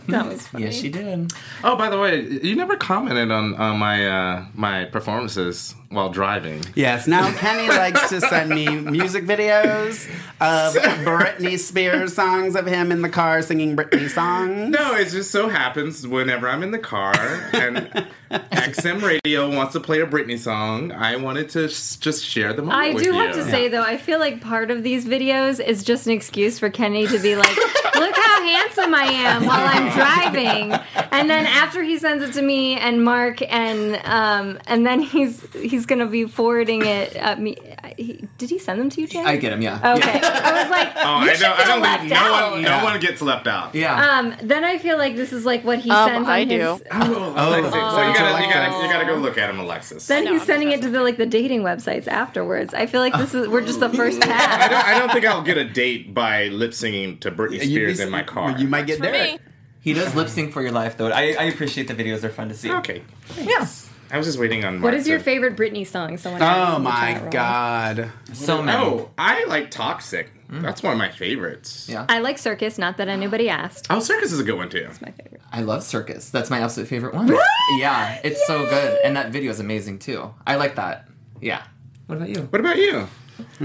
Speaker 5: That was funny.
Speaker 7: Yes, she did.
Speaker 4: Oh, by the way, you never commented on, on my uh, my performances while driving.
Speaker 6: Yes. Now Kenny likes to send me music videos of Britney Spears songs of him in the car singing Britney songs.
Speaker 4: No, it just so happens whenever I'm in the car and XM Radio wants to play a Britney song, I wanted to s- just share the moment
Speaker 5: I
Speaker 4: with
Speaker 5: do
Speaker 4: you.
Speaker 5: have to say though, I feel like part of these videos is just an excuse for Kenny to be like, "Look how handsome I am while I'm driving," and then after he sends it to me and Mark, and um, and then he's he's gonna be forwarding it at me. I- He, did he send them to you, Jay?
Speaker 7: I get him. Yeah.
Speaker 5: Okay, I was like,
Speaker 4: Oh,
Speaker 5: "You
Speaker 4: I
Speaker 5: should
Speaker 4: know. I
Speaker 5: feel
Speaker 4: don't
Speaker 5: left
Speaker 4: think no
Speaker 5: out."
Speaker 4: one, no one gets left out.
Speaker 7: Yeah.
Speaker 5: Um, then I feel like this is like what he
Speaker 3: Um,
Speaker 5: sends.
Speaker 3: I
Speaker 5: on
Speaker 3: do.
Speaker 5: His,
Speaker 4: Alexis, Oh, so you gotta, you, gotta,
Speaker 6: Alexis.
Speaker 4: you gotta go look at him, Alexis.
Speaker 5: Oh, Then
Speaker 4: I,
Speaker 5: he's sending it to the like the dating websites afterwards. I feel like this is we're just the first
Speaker 4: don't,
Speaker 5: half.
Speaker 4: I don't think I'll get a date by lip singing to Britney
Speaker 6: You'd be-
Speaker 4: Spears in my car.
Speaker 6: You might get
Speaker 8: For
Speaker 6: there.
Speaker 8: me,
Speaker 7: he does lip sync for your life, though. I, I appreciate the videos; they're fun to see.
Speaker 4: Okay. Yes. I was just waiting on.
Speaker 5: What is your favorite Britney song? Someone. asked
Speaker 6: Oh
Speaker 5: in the chat
Speaker 6: my
Speaker 5: room.
Speaker 6: god.
Speaker 7: So many.
Speaker 4: Oh, I like Toxic. That's one of my favorites.
Speaker 7: Yeah.
Speaker 5: I like Circus. Not that anybody asked.
Speaker 4: Oh, Circus is a good one too.
Speaker 5: My favorite.
Speaker 7: I love Circus. That's my absolute favorite one. Yeah, it's so good, and that video is amazing too. I like that. Yeah. What about you?
Speaker 4: What about you?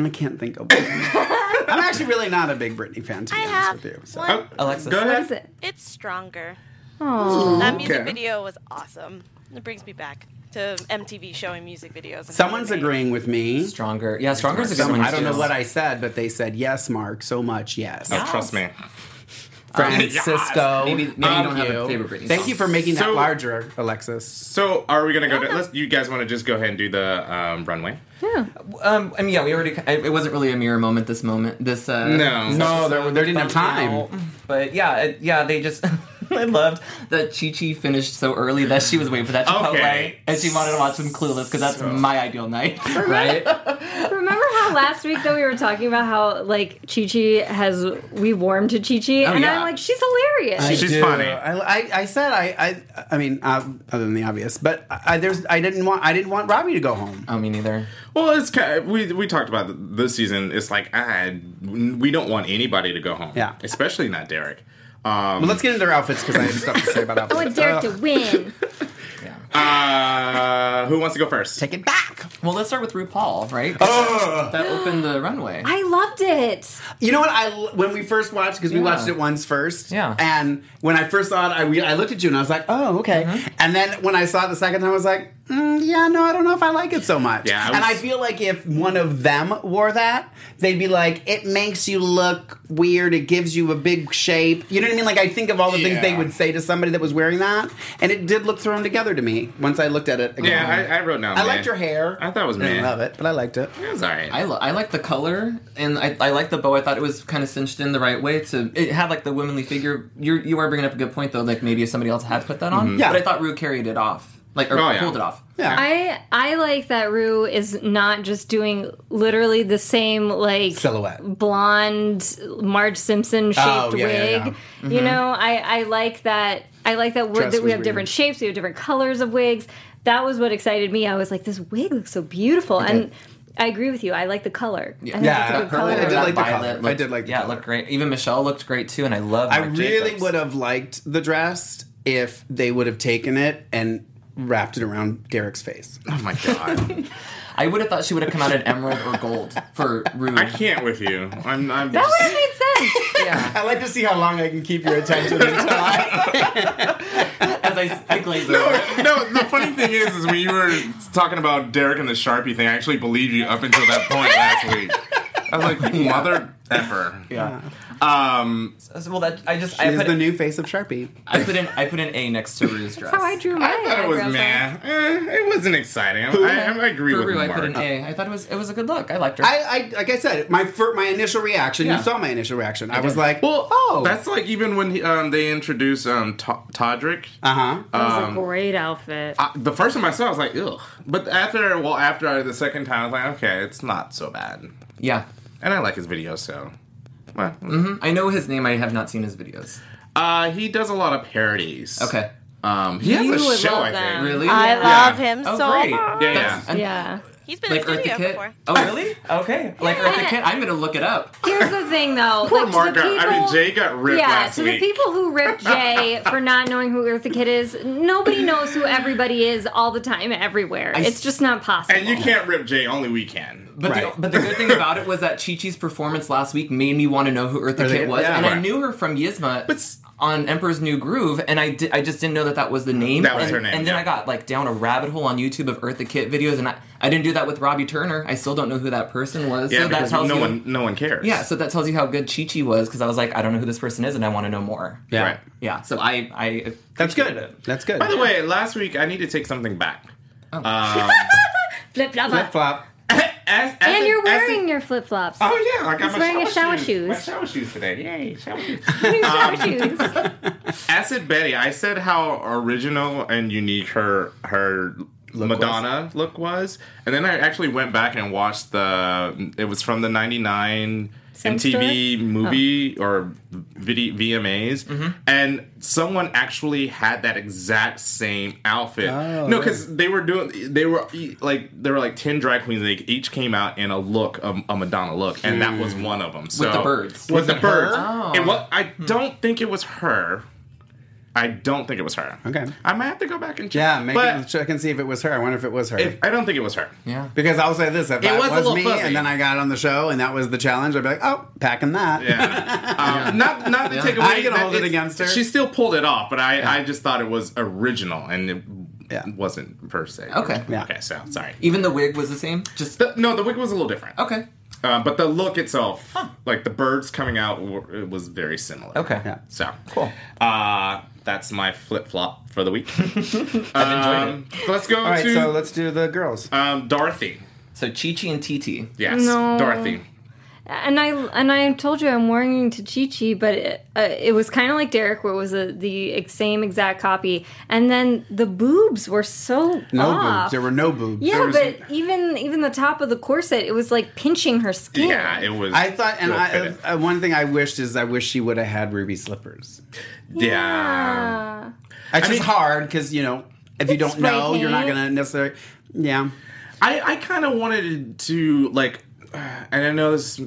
Speaker 6: I can't think of one. I'm actually really not a big Britney fan, to be
Speaker 8: I
Speaker 6: honest
Speaker 8: have
Speaker 6: with you. So.
Speaker 8: one.
Speaker 7: Alexis.
Speaker 4: Oh, Go
Speaker 5: What
Speaker 4: ahead.
Speaker 5: is it?
Speaker 8: It's stronger.
Speaker 5: Oh,
Speaker 8: That music
Speaker 4: Okay.
Speaker 8: video was awesome. It brings me back to MTV showing music videos. and
Speaker 6: Someone's
Speaker 8: how they-
Speaker 6: agreeing with me.
Speaker 7: Stronger. Yeah, Stronger's a good
Speaker 6: Some-
Speaker 7: one.
Speaker 6: I don't know
Speaker 7: too.
Speaker 6: what I said, but they said, yes, Mark, so much, yes.
Speaker 4: Oh, trust me.
Speaker 6: Francisco.
Speaker 7: Oh. Maybe- maybe you
Speaker 6: thank
Speaker 7: don't have a favorite Britney
Speaker 6: Thank
Speaker 7: song.
Speaker 6: you for making that
Speaker 4: So-
Speaker 6: larger, Alexis.
Speaker 4: So are we gonna go? To, let's. You guys want to just go ahead and do the um, runway?
Speaker 7: Um, I mean, yeah, we already. I- It wasn't really a mirror moment. This moment. This. Uh,
Speaker 4: No.
Speaker 6: No, there, there didn't have
Speaker 7: Out.
Speaker 6: time.
Speaker 7: But yeah, it- yeah, they just. I loved that Chi Chi finished so early that she was waiting for that Chipotle
Speaker 4: Okay.
Speaker 7: and she wanted to watch some Clueless because that's my ideal night, right?
Speaker 5: Remember how last week though we were talking about how like Chi Chi has we warmed to Chi Chi and
Speaker 7: yeah.
Speaker 5: I'm like she's hilarious.
Speaker 4: She's
Speaker 6: do.
Speaker 4: funny.
Speaker 6: Oh, I, I, I said I, I, I mean, uh, other than the obvious, but I, there's, I didn't want, I didn't want Robbie to go home.
Speaker 7: oh, me neither.
Speaker 4: Well, it's kind of, we we talked about th- this season. It's like I we don't want anybody to go home.
Speaker 6: Yeah.
Speaker 4: Especially not Derek. Um,
Speaker 6: But let's get into their outfits because I have stuff to say about
Speaker 5: I want
Speaker 6: outfits.
Speaker 5: Derek to win.
Speaker 4: uh, who wants to go first?
Speaker 6: Take it back.
Speaker 7: Well, let's start with RuPaul, right? 'Cause
Speaker 4: Oh.
Speaker 7: That opened the runway.
Speaker 5: I loved it.
Speaker 6: You know what? I when we first watched because we
Speaker 7: Yeah.
Speaker 6: watched it once first.
Speaker 7: Yeah.
Speaker 6: And when I first saw it, I, we, I looked at you and I was like, oh, okay.
Speaker 7: Mm-hmm.
Speaker 6: And then when I saw it the second time, I was like, mm, yeah, no, I don't know if I like it so much.
Speaker 4: Yeah, I
Speaker 6: and I
Speaker 4: was-
Speaker 6: feel like if one of them wore that, they'd be like, it makes you look weird. It gives you a big shape. You know what I mean? Like I think of all the things they
Speaker 4: Yeah.
Speaker 6: would say to somebody that was wearing that, and it did look thrown together to me once I looked at it. Again.
Speaker 4: Yeah, I, I wrote down.
Speaker 6: I
Speaker 4: meh.
Speaker 6: liked your hair.
Speaker 4: I thought it was
Speaker 6: I didn't
Speaker 4: man.
Speaker 6: love it, but I liked it.
Speaker 4: It was alright.
Speaker 7: I, lo- I like the color and I, I like the bow. I thought it was kind of cinched in the right way to. It had like the womanly figure. You're, you are bringing up a good point though. Like maybe if somebody else had put that on,
Speaker 6: Yeah.
Speaker 7: But I thought Rue carried it off, like or
Speaker 4: Mm-hmm. Oh, yeah.
Speaker 7: pulled it off.
Speaker 6: Yeah.
Speaker 5: I I like that Rue is not just doing literally the same like
Speaker 6: Silhouette.
Speaker 5: blonde Marge Simpson shaped
Speaker 6: Oh, yeah,
Speaker 5: wig.
Speaker 6: yeah, yeah.
Speaker 5: You know, I I like that. I like that, we're,
Speaker 6: Dress
Speaker 5: that we
Speaker 6: was
Speaker 5: have different
Speaker 6: weird.
Speaker 5: shapes, we have different colors of wigs. That was what excited me. I was like, this wig looks so beautiful, and I agree with you. I like the color. I think
Speaker 6: Yeah,
Speaker 5: it's a
Speaker 6: that
Speaker 5: good
Speaker 6: purple-
Speaker 5: color.
Speaker 6: I did
Speaker 7: That
Speaker 6: like the
Speaker 7: violet
Speaker 6: color. I
Speaker 7: looked-
Speaker 6: did like the
Speaker 7: yeah, it
Speaker 6: color.
Speaker 7: looked great. Even Michelle looked great too, and I love.
Speaker 6: I really would have liked the dress if they would have taken it and wrapped it around Derek's face.
Speaker 4: oh my god.
Speaker 7: I would have thought she would have come out in emerald or gold for Rue.
Speaker 4: I can't with you. I'm. I'm
Speaker 5: That
Speaker 4: just-
Speaker 5: would have made sense.
Speaker 7: Yeah,
Speaker 6: I like to see how long I can keep your attention until I.
Speaker 7: as I, I glaze over.
Speaker 4: no, no, the funny thing is, is when you were talking about Derek and the Sharpie thing, I actually believed you up until that point last week. I was like, mother effer.
Speaker 7: Yeah.
Speaker 4: Um,
Speaker 7: So- Well, that I just I
Speaker 6: She's
Speaker 7: put,
Speaker 6: the
Speaker 7: an,
Speaker 6: new face of Sharpie.
Speaker 7: I put an I put an A next to Rue's dress.
Speaker 5: That's how I drew my
Speaker 4: I thought it was
Speaker 5: eyebrows.
Speaker 4: meh. Eh, it wasn't exciting. I, I, I agree
Speaker 7: For
Speaker 4: with
Speaker 7: Rue, I
Speaker 4: Mark.
Speaker 7: put an A. I thought it was it was a good look. I liked her.
Speaker 6: I, I like I said, my fir- my initial reaction.
Speaker 7: Yeah.
Speaker 6: You saw my initial reaction. I, was
Speaker 7: did.
Speaker 6: like, well, oh,
Speaker 4: That's like even when he, um, they introduced um, Ta- Todrick.
Speaker 6: uh huh.
Speaker 5: It was a great outfit.
Speaker 4: I- the first time I saw, it, I was like, ugh. But after, well, after I, the second time, I was like, okay, it's not so bad.
Speaker 7: yeah.
Speaker 4: And I like his videos, so. Well,
Speaker 7: I know his name. I have not seen his videos.
Speaker 4: uh, he does a lot of parodies.
Speaker 7: Okay.
Speaker 4: Um, he has
Speaker 5: You
Speaker 4: a
Speaker 5: would
Speaker 4: show,
Speaker 5: love
Speaker 4: I
Speaker 5: them.
Speaker 4: think.
Speaker 7: Really?
Speaker 8: Um, I love him
Speaker 7: Oh,
Speaker 8: so
Speaker 7: great.
Speaker 8: much.
Speaker 4: Yeah, yeah.
Speaker 7: And-
Speaker 5: yeah.
Speaker 8: He's been
Speaker 7: Like
Speaker 8: in
Speaker 7: Eartha
Speaker 8: studio
Speaker 7: Kitt.
Speaker 8: before.
Speaker 7: Oh, really? Okay. Like Eartha Kitt. I'm gonna look it up.
Speaker 5: Here's the thing, though.
Speaker 4: Poor
Speaker 5: like, to
Speaker 4: Mark
Speaker 5: the
Speaker 4: got- I mean,
Speaker 5: people-
Speaker 4: Jay got ripped
Speaker 5: Yeah,
Speaker 4: last
Speaker 5: to
Speaker 4: week.
Speaker 5: the people who ripped Jay for not knowing who Eartha Kitt is, nobody knows who everybody is all the time, everywhere. it's just not possible.
Speaker 4: And you can't rip Jay, only we can.
Speaker 7: But,
Speaker 6: Right.
Speaker 7: the, but the good thing about it was that Chi Chi's performance last week made me want to know who Eartha
Speaker 6: Eartha
Speaker 7: Kitt
Speaker 6: Kitt,
Speaker 7: was,
Speaker 6: yeah.
Speaker 7: and I
Speaker 4: Right.
Speaker 7: knew her from Yzma
Speaker 4: But s- Mm-hmm.
Speaker 7: on Emperor's New Groove, and I di- I just didn't know that that was the name.
Speaker 4: That was
Speaker 7: and,
Speaker 4: her name,
Speaker 7: And then
Speaker 4: yeah.
Speaker 7: I got like down a rabbit hole on YouTube of Eartha Kitt videos, and I, I didn't do that with Robbie Turner. I still don't know who that person was.
Speaker 4: Yeah,
Speaker 7: so that
Speaker 4: because
Speaker 7: tells
Speaker 4: no
Speaker 7: you,
Speaker 4: one, no one cares.
Speaker 7: Yeah, so that tells you how good Chi Chi was because I was like, I don't know who this person is, and I want to know more.
Speaker 6: Yeah,
Speaker 4: Right.
Speaker 7: Yeah, so I I
Speaker 6: that's
Speaker 7: appreciated
Speaker 6: good.
Speaker 7: it.
Speaker 6: That's good.
Speaker 4: By the way, last week I need to take something back.
Speaker 7: Oh.
Speaker 4: Um,
Speaker 5: flip flop.
Speaker 6: flip flop.
Speaker 4: As- as
Speaker 5: And
Speaker 4: a-
Speaker 5: you're
Speaker 4: as a-
Speaker 5: wearing your flip flops.
Speaker 4: Oh yeah, I got
Speaker 5: He's
Speaker 4: my
Speaker 5: wearing his
Speaker 4: shower
Speaker 5: shower
Speaker 4: shoes. My
Speaker 5: shoes.
Speaker 4: shower shoes today. Yay, shower shoes.
Speaker 5: Shower
Speaker 6: um,
Speaker 5: shoes.
Speaker 4: Acid Betty, I said how original and unique her her Madonna look was, and then I actually went back and watched the. It was from the '99 MTV movie or video VMAs, and someone actually had that exact same outfit. no, because they were doing they were e- like there were like ten drag queens. They each came out in a look, um, a, a Madonna look, and that was one of them. So
Speaker 7: the birds.
Speaker 4: Hmm. with, Oh. the birds. It wa- I don't think it was her. I don't think it was her.
Speaker 6: Okay.
Speaker 4: I might have to go back and check.
Speaker 6: Yeah, maybe
Speaker 4: But
Speaker 6: check and see if it was her. I wonder if it was her.
Speaker 4: if, I don't think it was her.
Speaker 7: Yeah.
Speaker 6: because I'll say this: if that
Speaker 4: was a
Speaker 6: was,
Speaker 4: little
Speaker 6: me,
Speaker 4: fuzzy.
Speaker 6: and then I got on the show, and that was the challenge, I'd be like, "Oh, packing that."
Speaker 4: Yeah. Um, not not to take away.
Speaker 6: I can
Speaker 4: that
Speaker 6: hold it
Speaker 4: it's-
Speaker 6: against her.
Speaker 4: She still pulled it off, but I, I just thought it was original and it
Speaker 6: Yeah.
Speaker 4: wasn't per se.
Speaker 7: Okay.
Speaker 6: Yeah.
Speaker 4: Okay, so sorry.
Speaker 7: Even the wig was the same. Just
Speaker 4: The- no, the wig was a little different.
Speaker 7: okay.
Speaker 4: Uh, but the look itself, like the birds coming out, were, it was very similar.
Speaker 7: Okay.
Speaker 6: Yeah.
Speaker 4: So
Speaker 7: Cool.
Speaker 4: Uh, that's my flip flop for the week.
Speaker 7: I've enjoyed
Speaker 4: Um, let's go
Speaker 6: All right,
Speaker 4: to
Speaker 6: so let's do the girls.
Speaker 4: um, Dorothy.
Speaker 7: it. So Chi Chi and Titi.
Speaker 4: Yes,
Speaker 5: No.
Speaker 4: Dorothy.
Speaker 5: And I and I told you I'm warning to Chi Chi, but it, uh, it was kind of like Derek, where it was a, the ex- same exact copy. And then the boobs were so
Speaker 6: No boobs.
Speaker 5: off.
Speaker 6: There were no boobs. There
Speaker 5: Ah. yeah,
Speaker 6: was-
Speaker 5: but even even the top of the corset, it was like pinching her skin.
Speaker 4: Yeah, it was.
Speaker 6: I thought, and
Speaker 4: real
Speaker 6: I,
Speaker 4: fitted.
Speaker 6: uh, one thing I wished is I wish she would have had ruby slippers.
Speaker 4: yeah.
Speaker 5: Uh,
Speaker 6: It's
Speaker 4: mean-
Speaker 6: just hard because you know if you don't
Speaker 5: spray
Speaker 6: know, you're not
Speaker 5: paint.
Speaker 6: gonna necessarily. Yeah,
Speaker 4: I, I kind of wanted to like, and I know this.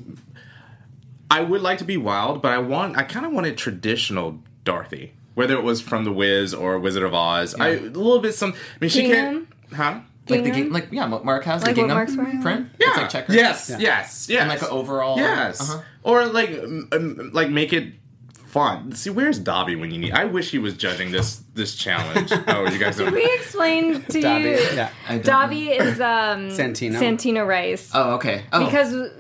Speaker 4: I would like to be wild, but I want. I kind of wanted traditional Dorothy, whether it was from The Wiz or Wizard of Oz. I a little bit some. I mean, she
Speaker 5: Gingham?
Speaker 4: can't. Huh?
Speaker 7: Like the
Speaker 5: Gingham?
Speaker 7: gingham? like yeah, what Mark has
Speaker 5: Like
Speaker 7: the
Speaker 5: what
Speaker 7: gingham
Speaker 5: Mark's wearing?
Speaker 7: print.
Speaker 4: Yeah.
Speaker 7: It's like checkers.
Speaker 4: Yes. Yes. Yes.
Speaker 7: And like an overall.
Speaker 4: Yes.
Speaker 7: Uh-huh.
Speaker 4: Or like, m- m- like make it fun. See, where's Dobby when you need? I wish he was judging this this challenge. oh, you guys don't.
Speaker 5: we explained to
Speaker 6: Dobby.
Speaker 5: you.
Speaker 6: Yeah,
Speaker 7: I don't
Speaker 5: Dobby is um,
Speaker 6: Santino.
Speaker 5: Santino Rice
Speaker 7: Oh okay. Oh.
Speaker 5: because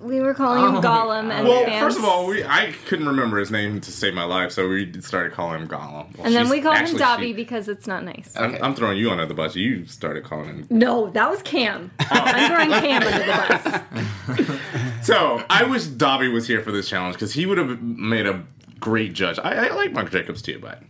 Speaker 5: we were calling him
Speaker 7: Oh.
Speaker 5: Gollum. And
Speaker 4: Well,
Speaker 5: the fans-
Speaker 4: first of all, we, I couldn't remember his name to save my life, so we started calling him Gollum. Well,
Speaker 5: and then
Speaker 4: she's-
Speaker 5: we called him
Speaker 4: actually,
Speaker 5: Dobby
Speaker 4: she-
Speaker 5: because it's not nice.
Speaker 4: I'm, I'm throwing you under the bus. You started calling him.
Speaker 5: No, that was Cam.
Speaker 4: Oh.
Speaker 5: I'm throwing Cam under the bus.
Speaker 4: So I wish Dobby was here for this challenge because he would have made a great judge. I, I like Mark Jacobs too, but um,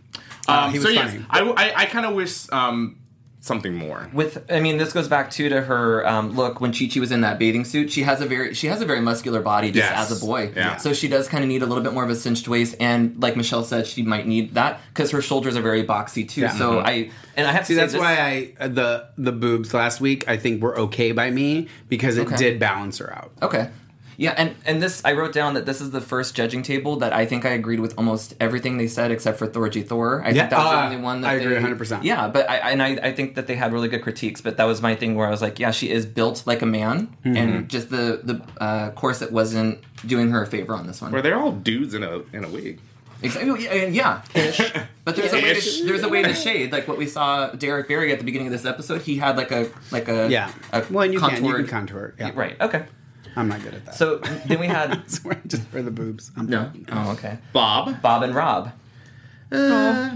Speaker 6: Uh, he
Speaker 4: so
Speaker 6: was
Speaker 4: yes,
Speaker 6: funny.
Speaker 4: I, I, I kind of wish um, something more.
Speaker 7: with I mean this goes back too to her um, look when Chi Chi was in that bathing suit. She has a very she has a very muscular body just
Speaker 4: Yes.
Speaker 7: as a boy.
Speaker 4: Yeah.
Speaker 7: So she does kind of need a little bit more of a cinched waist, and like Michelle said, she might need that because her shoulders are very boxy too. So I and I
Speaker 6: Mm-hmm. see,
Speaker 7: have to say
Speaker 6: that's
Speaker 7: this-
Speaker 6: why I uh, the the boobs last week I think were okay by me because it
Speaker 7: Okay.
Speaker 6: did balance her out.
Speaker 7: Okay. Yeah, and, and this I wrote down that this is the first judging table that I think I agreed with almost everything they said except for Thorgy Thor. I
Speaker 6: Yeah,
Speaker 7: think that was
Speaker 6: uh,
Speaker 7: the only one that
Speaker 6: I agree
Speaker 7: they-
Speaker 6: 100%.
Speaker 7: Yeah, but I and I, I think that they had really good critiques, but that was my thing where I was like, yeah, she is built like a man,
Speaker 6: Mm-hmm.
Speaker 7: and just the the uh, corset wasn't doing her a favor on this one.
Speaker 4: Where they're all dudes in a in a wig.
Speaker 7: Exactly. Oh, Yeah, and- yeah. Ish. But there's a way to
Speaker 4: Ish.
Speaker 7: there's a way to shade like what we saw Derek Barry at the beginning of this episode. He had like a like a
Speaker 6: Yeah,
Speaker 7: a
Speaker 6: well, and you can you can
Speaker 7: contoured-
Speaker 6: contour. it, Yeah,
Speaker 7: right. Okay.
Speaker 6: I'm not good at that.
Speaker 7: So then we had
Speaker 6: just for the boobs. I'm
Speaker 7: no. Oh, okay.
Speaker 4: Bob.
Speaker 7: Bob and Rob.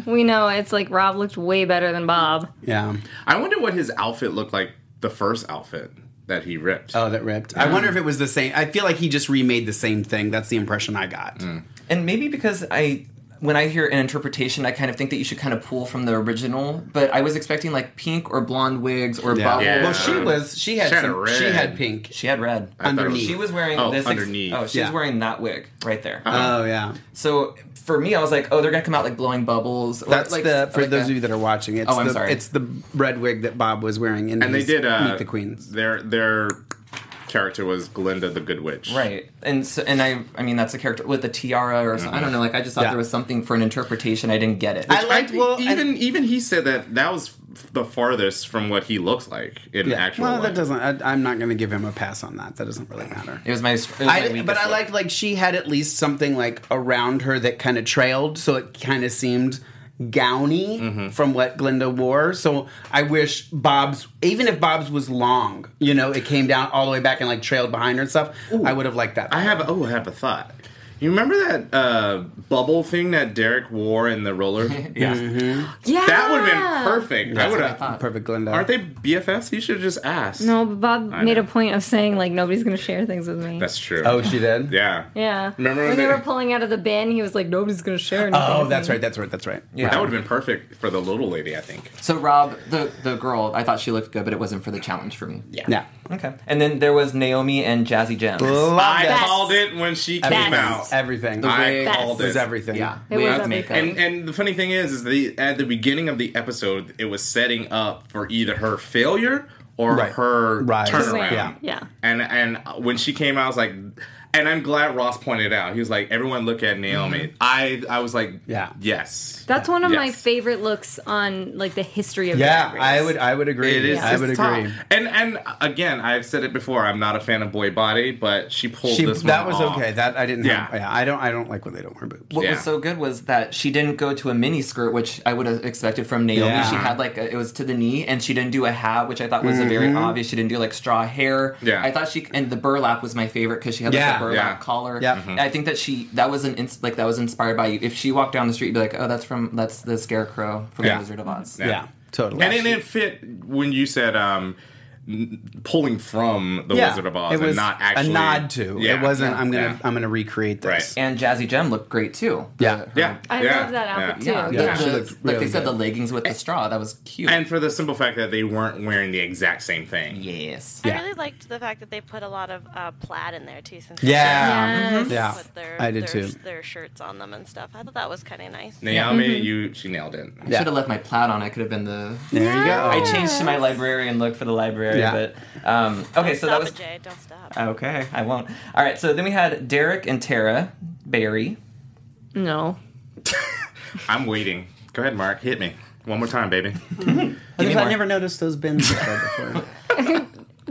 Speaker 5: We know it's like Rob looked way better than Bob.
Speaker 6: Yeah.
Speaker 4: I wonder what his outfit looked like. The first outfit that he ripped.
Speaker 6: Oh, that ripped. I wonder if it was the same. I feel like he just remade the same thing. That's the impression I got.
Speaker 7: And maybe because I when I hear an interpretation, I kind of think that you should kind of pull from the original. But I was expecting like pink or blonde wigs or
Speaker 6: Yeah.
Speaker 7: bubble.
Speaker 4: Yeah.
Speaker 6: Well, she was. She had.
Speaker 4: She had
Speaker 6: some-
Speaker 4: red.
Speaker 6: she had pink.
Speaker 7: She had red.
Speaker 4: I thought it
Speaker 6: underneath.
Speaker 7: She was wearing
Speaker 4: Oh,
Speaker 7: this.
Speaker 4: underneath. Uh-huh.
Speaker 7: oh, she
Speaker 6: Yeah.
Speaker 7: was wearing that wig right there.
Speaker 6: Oh yeah.
Speaker 7: So for me, I was like, oh, they're gonna come out like blowing bubbles. Or,
Speaker 6: That's
Speaker 7: like,
Speaker 6: the for
Speaker 7: like
Speaker 6: those
Speaker 7: a-
Speaker 6: of you that are watching. It's
Speaker 7: Oh, I'm
Speaker 6: the,
Speaker 7: sorry.
Speaker 6: It's the red wig that Bob was wearing in
Speaker 4: and they
Speaker 6: his
Speaker 4: did uh,
Speaker 6: Meet the Queens.
Speaker 4: Their their character was Glinda the Good Witch,
Speaker 7: Right, and so, and I, I mean, that's a character with a tiara or something. I
Speaker 4: Mm-hmm.
Speaker 7: don't know. Like, I just thought
Speaker 6: Yeah.
Speaker 7: there was something for an interpretation. I didn't get it.
Speaker 6: I
Speaker 4: I
Speaker 6: liked
Speaker 4: think
Speaker 6: well
Speaker 4: even even he said that that was f- the farthest from what he looks like in
Speaker 6: yeah.
Speaker 4: actual.
Speaker 6: Well, that
Speaker 4: life.
Speaker 6: doesn't. I, I'm not going to give him a pass on that. That doesn't really matter.
Speaker 7: it was my, it was my
Speaker 6: I,
Speaker 7: weakest
Speaker 6: but I
Speaker 7: link.
Speaker 6: liked like she had at least something like around her that kind of trailed, so it kind of seemed gowny
Speaker 4: Mm-hmm.
Speaker 6: from what Glinda wore. So I wish Bob's, even if Bob's was long, you know, it came down all the way back and like trailed behind her and stuff. I would have liked that.
Speaker 4: I have oh, I have a thought. You remember that uh, bubble thing that Derek wore in the roller? yeah,
Speaker 6: Mm-hmm.
Speaker 5: Yeah,
Speaker 4: that would have been perfect. I would
Speaker 7: what I
Speaker 4: have.
Speaker 7: thought.
Speaker 6: perfect Glinda.
Speaker 4: Aren't they BFFs? You should have just asked.
Speaker 5: No, but Bob made
Speaker 4: know.
Speaker 5: a point of saying like nobody's gonna share things with me.
Speaker 4: that's true.
Speaker 6: Oh, she did.
Speaker 4: yeah,
Speaker 5: yeah.
Speaker 4: Remember
Speaker 5: when
Speaker 4: when
Speaker 5: they
Speaker 4: they-
Speaker 5: were pulling out of the bin, he was like, nobody's gonna share anything.
Speaker 6: Oh,
Speaker 5: with
Speaker 6: that's
Speaker 5: me."
Speaker 6: right. That's right. That's right.
Speaker 7: Yeah.
Speaker 4: That would have been perfect for the little lady, I think.
Speaker 7: So Rob, the the girl, I thought she looked good, but it wasn't for the challenge for me. Yeah.
Speaker 6: Yeah.
Speaker 7: Okay. And then there was Naomi and Jazzy Gems.
Speaker 6: Love
Speaker 4: I
Speaker 6: that.
Speaker 4: called it when she came
Speaker 6: Everything.
Speaker 4: out.
Speaker 6: Everything.
Speaker 4: I
Speaker 7: wig.
Speaker 4: called
Speaker 6: It was
Speaker 4: it.
Speaker 6: everything.
Speaker 7: Yeah.
Speaker 5: It was
Speaker 7: Wigs,
Speaker 5: epic.
Speaker 7: makeup.
Speaker 4: And and the funny thing is, is the at the beginning of the episode, it was setting up for either her failure or
Speaker 6: Right.
Speaker 4: her
Speaker 6: Rise.
Speaker 4: turnaround.
Speaker 6: Yeah.
Speaker 5: Yeah.
Speaker 4: And and when she came out, I was like, And I'm glad Ross pointed out. He was like, everyone look at Naomi. I I was like,
Speaker 6: Mm-hmm. Yeah.
Speaker 4: yes.
Speaker 5: That's one of my
Speaker 4: Yes.
Speaker 5: favorite looks on like the history of
Speaker 6: Yeah,
Speaker 5: Drag Race.
Speaker 6: I would. I would agree.
Speaker 4: It is.
Speaker 6: I would
Speaker 4: it's top.
Speaker 6: agree.
Speaker 4: And and again, I've said it before. I'm not a fan of boy body, but she pulled
Speaker 6: She,
Speaker 4: this.
Speaker 6: that
Speaker 4: one
Speaker 6: was
Speaker 4: off.
Speaker 6: okay. That I didn't.
Speaker 4: Yeah.
Speaker 6: Have, yeah. I don't. I don't like when they don't wear boobs.
Speaker 7: What
Speaker 4: Yeah.
Speaker 7: was so good was that she didn't go to a mini skirt, which I would have expected from Naomi.
Speaker 6: Yeah.
Speaker 7: She had like a, it was to the knee, and she didn't do a hat, which I thought was a very obvious. She didn't do like straw hair.
Speaker 4: Yeah.
Speaker 7: I thought she and the burlap was my favorite because she had like
Speaker 6: Yeah.
Speaker 7: a burlap
Speaker 4: Yeah.
Speaker 7: collar.
Speaker 6: Yeah.
Speaker 7: And I think that she that was an ins- like that was inspired by you. If she walked down the street, you'd be like, oh, that's from that's the Scarecrow from
Speaker 4: Yeah.
Speaker 7: the Wizard of Oz.
Speaker 6: Yeah, totally.
Speaker 4: And it didn't fit when you said um, n- pulling from the
Speaker 6: yeah,
Speaker 4: Wizard of Oz
Speaker 6: it was
Speaker 4: and not actually
Speaker 6: a nod to.
Speaker 4: Yeah.
Speaker 6: It wasn't. I'm gonna.
Speaker 4: Yeah.
Speaker 6: I'm gonna recreate this.
Speaker 4: Right.
Speaker 7: And Jazzy Gem looked great too.
Speaker 6: Yeah.
Speaker 7: The- her-
Speaker 4: Yeah,
Speaker 5: I
Speaker 4: yeah,
Speaker 5: love that outfit
Speaker 4: yeah.
Speaker 5: too.
Speaker 7: Yeah,
Speaker 5: Yeah.
Speaker 7: the-
Speaker 6: she looked
Speaker 7: like
Speaker 6: really
Speaker 7: they said, the
Speaker 6: good.
Speaker 7: leggings with the straw that was cute.
Speaker 4: And for the simple fact that they weren't wearing the exact same thing.
Speaker 7: yes,
Speaker 6: Yeah.
Speaker 8: I really liked the fact that they put a lot of uh, plaid in there too, since
Speaker 6: Yeah.
Speaker 5: Yes.
Speaker 6: Yeah.
Speaker 8: with their,
Speaker 6: I did
Speaker 8: their,
Speaker 6: too.
Speaker 8: their shirts on them and stuff. I thought that was kind of nice.
Speaker 4: Naomi, you she nailed it.
Speaker 7: I should have left my plaid on. I could have been the
Speaker 6: There you go.
Speaker 7: I changed to my librarian look for the library,
Speaker 6: Yeah.
Speaker 7: but um, okay. So that
Speaker 8: Stop
Speaker 7: was
Speaker 8: it, Jay. Don't stop.
Speaker 6: Uh,
Speaker 7: okay. I won't. All right. So then we had Derek and Tara Barry.
Speaker 5: No.
Speaker 4: I'm waiting. Go ahead, Mark. Hit me one more time, baby.
Speaker 7: me
Speaker 6: I
Speaker 7: more.
Speaker 6: never noticed those bins before.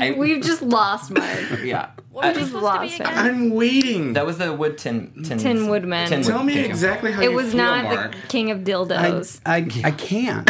Speaker 7: I,
Speaker 5: We've just lost Mark.
Speaker 7: yeah.
Speaker 8: What were they
Speaker 5: just
Speaker 8: supposed to be
Speaker 5: lost it.
Speaker 8: again?
Speaker 4: I'm waiting.
Speaker 7: That was the wood tin tin,
Speaker 5: Tin Woodman.
Speaker 7: Tin
Speaker 4: Tell
Speaker 7: Wood-
Speaker 4: me
Speaker 7: there you go.
Speaker 4: exactly how
Speaker 5: It
Speaker 4: you
Speaker 5: was
Speaker 4: feel,
Speaker 5: not
Speaker 4: Mark.
Speaker 5: the king of
Speaker 6: I,
Speaker 5: dildos.
Speaker 6: I, I can't.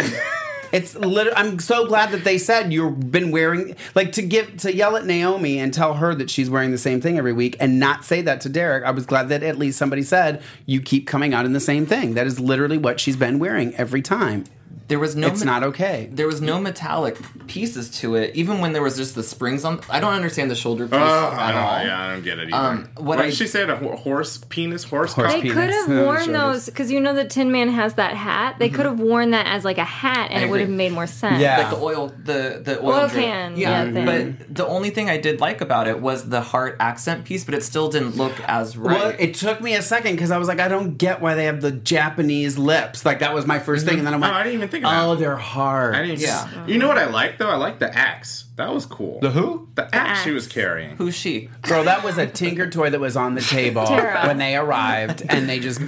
Speaker 6: It's literally. I'm so glad that they said you've been wearing like to give to yell at Naomi and tell her that she's wearing the same thing every week and not say that to Derek. I was glad that at least somebody said you keep coming out in the same thing. That is literally what she's been wearing every time.
Speaker 7: There was no.
Speaker 6: It's not okay.
Speaker 7: There was no metallic pieces to it, even when there was just the springs on. I don't understand the shoulder piece
Speaker 4: Oh, I
Speaker 7: at
Speaker 4: don't,
Speaker 7: all.
Speaker 4: yeah, I don't get it either.
Speaker 7: Um, what
Speaker 4: What
Speaker 7: I-
Speaker 4: did she say? A ho- horse penis, horse,
Speaker 6: Horse
Speaker 4: cock?
Speaker 5: They could have
Speaker 6: Yeah,
Speaker 5: worn
Speaker 6: sure it
Speaker 5: those
Speaker 6: is.
Speaker 5: because you know the Tin Man has that hat. They could have worn that as like a hat, and
Speaker 7: I
Speaker 5: it would have
Speaker 7: agree.
Speaker 5: made more sense.
Speaker 6: Mm-hmm. Yeah.
Speaker 7: Like the oil, the the oil,
Speaker 5: Oil
Speaker 7: drip.
Speaker 5: can,
Speaker 7: yeah.
Speaker 5: yeah, thing.
Speaker 7: But the only thing I did like about it was the heart accent piece, but it still didn't look as right.
Speaker 6: Well, it took me a second because I was like, I don't get why they have the Japanese lips. Like that was my 1st thing, and then I'm
Speaker 4: Oh,
Speaker 6: like,
Speaker 4: I didn't even think of that.
Speaker 6: Oh, they're hard.
Speaker 4: I didn't,
Speaker 7: Yeah.
Speaker 4: You know what I like though? I like the axe. That was cool. The
Speaker 6: who?
Speaker 4: The, axe she was carrying.
Speaker 7: Who's she?
Speaker 6: Girl, that was a Tinker toy that was on the table
Speaker 5: Tara.
Speaker 6: when they arrived, and they just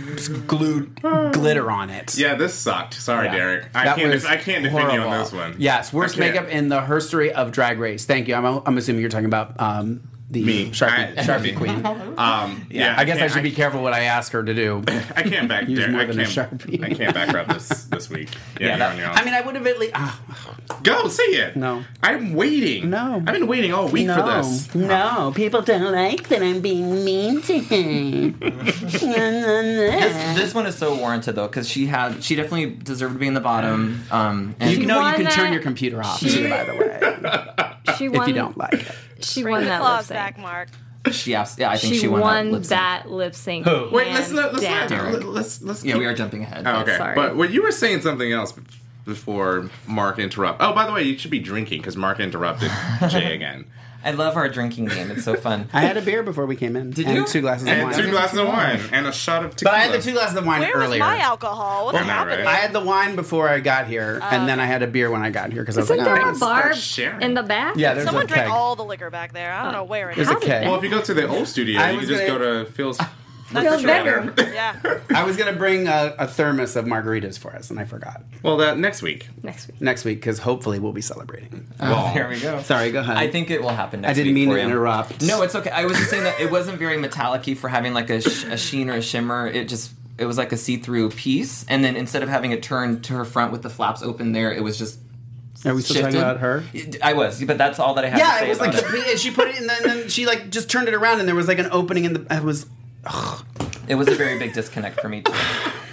Speaker 6: glued glitter on it.
Speaker 4: Yeah, this sucked. Sorry, Derek. I
Speaker 6: That
Speaker 4: can't.
Speaker 6: was
Speaker 4: I can't defend you on
Speaker 6: horrible.
Speaker 4: this one.
Speaker 6: Yes, worst
Speaker 4: I can't.
Speaker 6: makeup in the history of Drag Race. Thank you. I'm, I'm assuming you're talking about um, the
Speaker 4: Me.
Speaker 6: Sharpie,
Speaker 4: I-
Speaker 6: Sharpie Queen.
Speaker 4: Um, yeah,
Speaker 6: I guess I
Speaker 4: can't-
Speaker 6: should be careful what I ask her to do.
Speaker 4: I can't back
Speaker 6: Use
Speaker 4: Derek.
Speaker 6: more
Speaker 4: I
Speaker 6: than a
Speaker 4: can't.
Speaker 6: Sharpie.
Speaker 4: I can't back her up this this week. Yeah, you're
Speaker 7: that-
Speaker 4: on your own.
Speaker 6: I mean, I would have at least. ah,
Speaker 4: go say it.
Speaker 6: No.
Speaker 4: I'm waiting.
Speaker 6: No.
Speaker 4: I've been waiting all week for
Speaker 6: no,
Speaker 4: this.
Speaker 6: no, people don't like that I'm being mean to him.
Speaker 7: This, this one is so warranted though, because she had she definitely deserved to be in the bottom. Um, and
Speaker 6: You
Speaker 5: She
Speaker 6: know,
Speaker 5: won
Speaker 6: you can turn
Speaker 5: that-
Speaker 6: your computer off,
Speaker 5: she-
Speaker 6: too, by the way,
Speaker 5: she won.
Speaker 6: if you don't like it.
Speaker 5: She
Speaker 8: Bring
Speaker 5: won
Speaker 8: the
Speaker 5: that lip
Speaker 8: claws
Speaker 5: sync.
Speaker 8: back, Mark.
Speaker 7: she abs- yeah, I think
Speaker 5: She,
Speaker 7: she, won, that. lip sync.
Speaker 5: that lip sync.
Speaker 6: Who?
Speaker 4: Wait, let's
Speaker 5: hands
Speaker 4: let, let's
Speaker 5: down.
Speaker 4: not,
Speaker 7: Derek.
Speaker 4: let's let's.
Speaker 7: Yeah, we
Speaker 4: keep-
Speaker 7: are jumping ahead.
Speaker 4: Oh, okay.
Speaker 5: Sorry.
Speaker 4: But when you were saying something else b- before Mark interrupt. Oh, by the way, you should be drinking because Mark interrupted Jay again.
Speaker 7: I love our drinking game. It's so fun.
Speaker 6: I had a beer before we came in. Did and
Speaker 7: you?
Speaker 6: two glasses of
Speaker 4: And
Speaker 6: wine.
Speaker 4: two glasses of wine and a shot of
Speaker 6: but
Speaker 4: tequila.
Speaker 6: I had the two glasses of wine
Speaker 8: Where
Speaker 6: earlier.
Speaker 8: was my alcohol? What's
Speaker 4: I know,
Speaker 8: happening?
Speaker 6: I had the wine before I got here, and then I had a beer when I got here because I was
Speaker 5: Isn't
Speaker 6: like,
Speaker 5: there
Speaker 6: oh,
Speaker 5: a bar
Speaker 4: sharing.
Speaker 5: in the back?
Speaker 6: yeah, there's
Speaker 8: Someone
Speaker 6: a
Speaker 8: drank
Speaker 6: keg.
Speaker 8: all the liquor back there. I don't know where it
Speaker 6: there's
Speaker 8: is.
Speaker 6: a
Speaker 5: did
Speaker 6: keg.
Speaker 4: Well, if you go to the old studio,
Speaker 6: I
Speaker 4: you can
Speaker 6: was
Speaker 4: just
Speaker 6: gonna-
Speaker 4: go to Phil's.
Speaker 7: That's
Speaker 5: better.
Speaker 8: Yeah.
Speaker 6: I was gonna bring a, a thermos of margaritas for us, and I forgot
Speaker 4: Well, that next week.
Speaker 5: Next week.
Speaker 6: next week because hopefully we'll be celebrating.
Speaker 4: Well,
Speaker 7: There we go.
Speaker 6: Oh. Sorry, go ahead.
Speaker 7: I think it will happen. Next
Speaker 6: I didn't
Speaker 7: week
Speaker 6: mean
Speaker 7: for
Speaker 6: to
Speaker 7: you.
Speaker 6: interrupt.
Speaker 7: No, it's okay. I was just saying that it wasn't very metallic-y for having like a, sh- a sheen or a shimmer. It just it was like a see-through piece, and then instead of having it turned to her front with the flaps open, there it was just.
Speaker 6: Are we still
Speaker 7: shifted.
Speaker 6: talking about her?
Speaker 7: I was, but that's all that I had to
Speaker 6: Yeah,
Speaker 7: say
Speaker 6: it was like
Speaker 7: about it.
Speaker 6: the- she put it, in the, and then she like just turned it around, and there was like an opening in the. I was
Speaker 7: It was a very big disconnect for me too.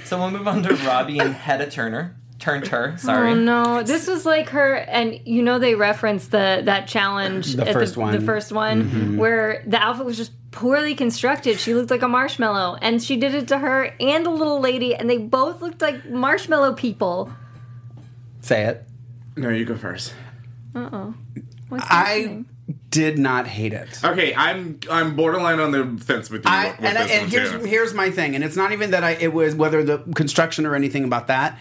Speaker 7: So we'll move on to Robbie and Hedda Turner. Turned her, sorry.
Speaker 5: Oh no! This was like her, and you know they referenced the that challenge,
Speaker 6: The
Speaker 5: at
Speaker 6: first
Speaker 5: the,
Speaker 6: one. Mm-hmm.
Speaker 5: the first one, where the outfit was just poorly constructed. She looked like a marshmallow, and she did it to her and the little lady, and they both looked like marshmallow people.
Speaker 6: say it.
Speaker 4: No, you go first.
Speaker 6: I did not hate it.
Speaker 4: Okay, I'm I'm borderline on the fence with you.
Speaker 6: I,
Speaker 4: with
Speaker 6: and
Speaker 4: this
Speaker 6: and
Speaker 4: one
Speaker 6: here's
Speaker 4: too.
Speaker 6: here's my thing, and it's not even that I it was whether the construction or anything about that.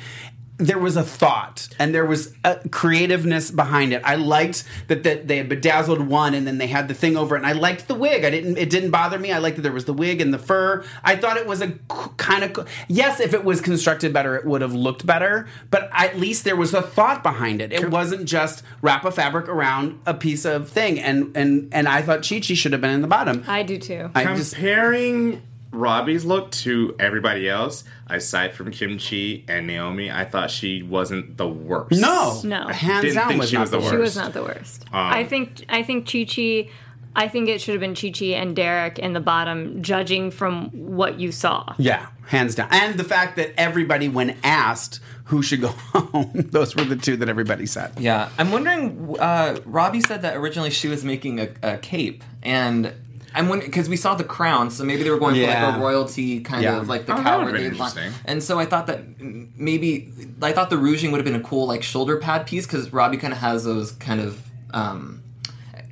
Speaker 6: there was a thought and there was a creativeness behind it. I liked that that they had bedazzled one and then they had the thing over it. And I liked the wig. I didn't. It didn't bother me. I liked that there was the wig and the fur. I thought it was a kind of yes. If it was constructed better, it would have looked better. But at least there was a thought behind it. It wasn't just wrap a fabric around a piece of thing. And and and I thought Chi Chi should have been in the bottom.
Speaker 5: I do too.
Speaker 6: I just
Speaker 4: Comparing Robbie's look to everybody else, aside from Kim Chi and Naomi, I thought she wasn't the worst.
Speaker 6: no
Speaker 5: No.
Speaker 6: hands
Speaker 4: Didn't
Speaker 6: down
Speaker 4: think
Speaker 6: was
Speaker 4: she
Speaker 6: not
Speaker 4: was the
Speaker 5: She
Speaker 4: worst.
Speaker 5: was not the worst.
Speaker 6: Um,
Speaker 5: I think I think Chi Chi I think it should have been Chi Chi and Derek in the bottom, judging from what you saw.
Speaker 6: Yeah, hands down. And the fact that everybody, when asked who should go home, those were the two that everybody said.
Speaker 7: Yeah, I'm wondering. Uh, Robbie said that originally she was making a, a cape, and I'm wondering because we saw the crown, so maybe they were going for
Speaker 6: Yeah.
Speaker 7: like a royalty kind
Speaker 6: Yeah.
Speaker 7: of like the
Speaker 4: Oh, that would've
Speaker 7: cowardly.
Speaker 4: been
Speaker 7: line.
Speaker 4: interesting.
Speaker 7: And so I thought that m- maybe I thought the rouging would have been a cool like shoulder pad piece because Robbie kind of has those kind of. Um,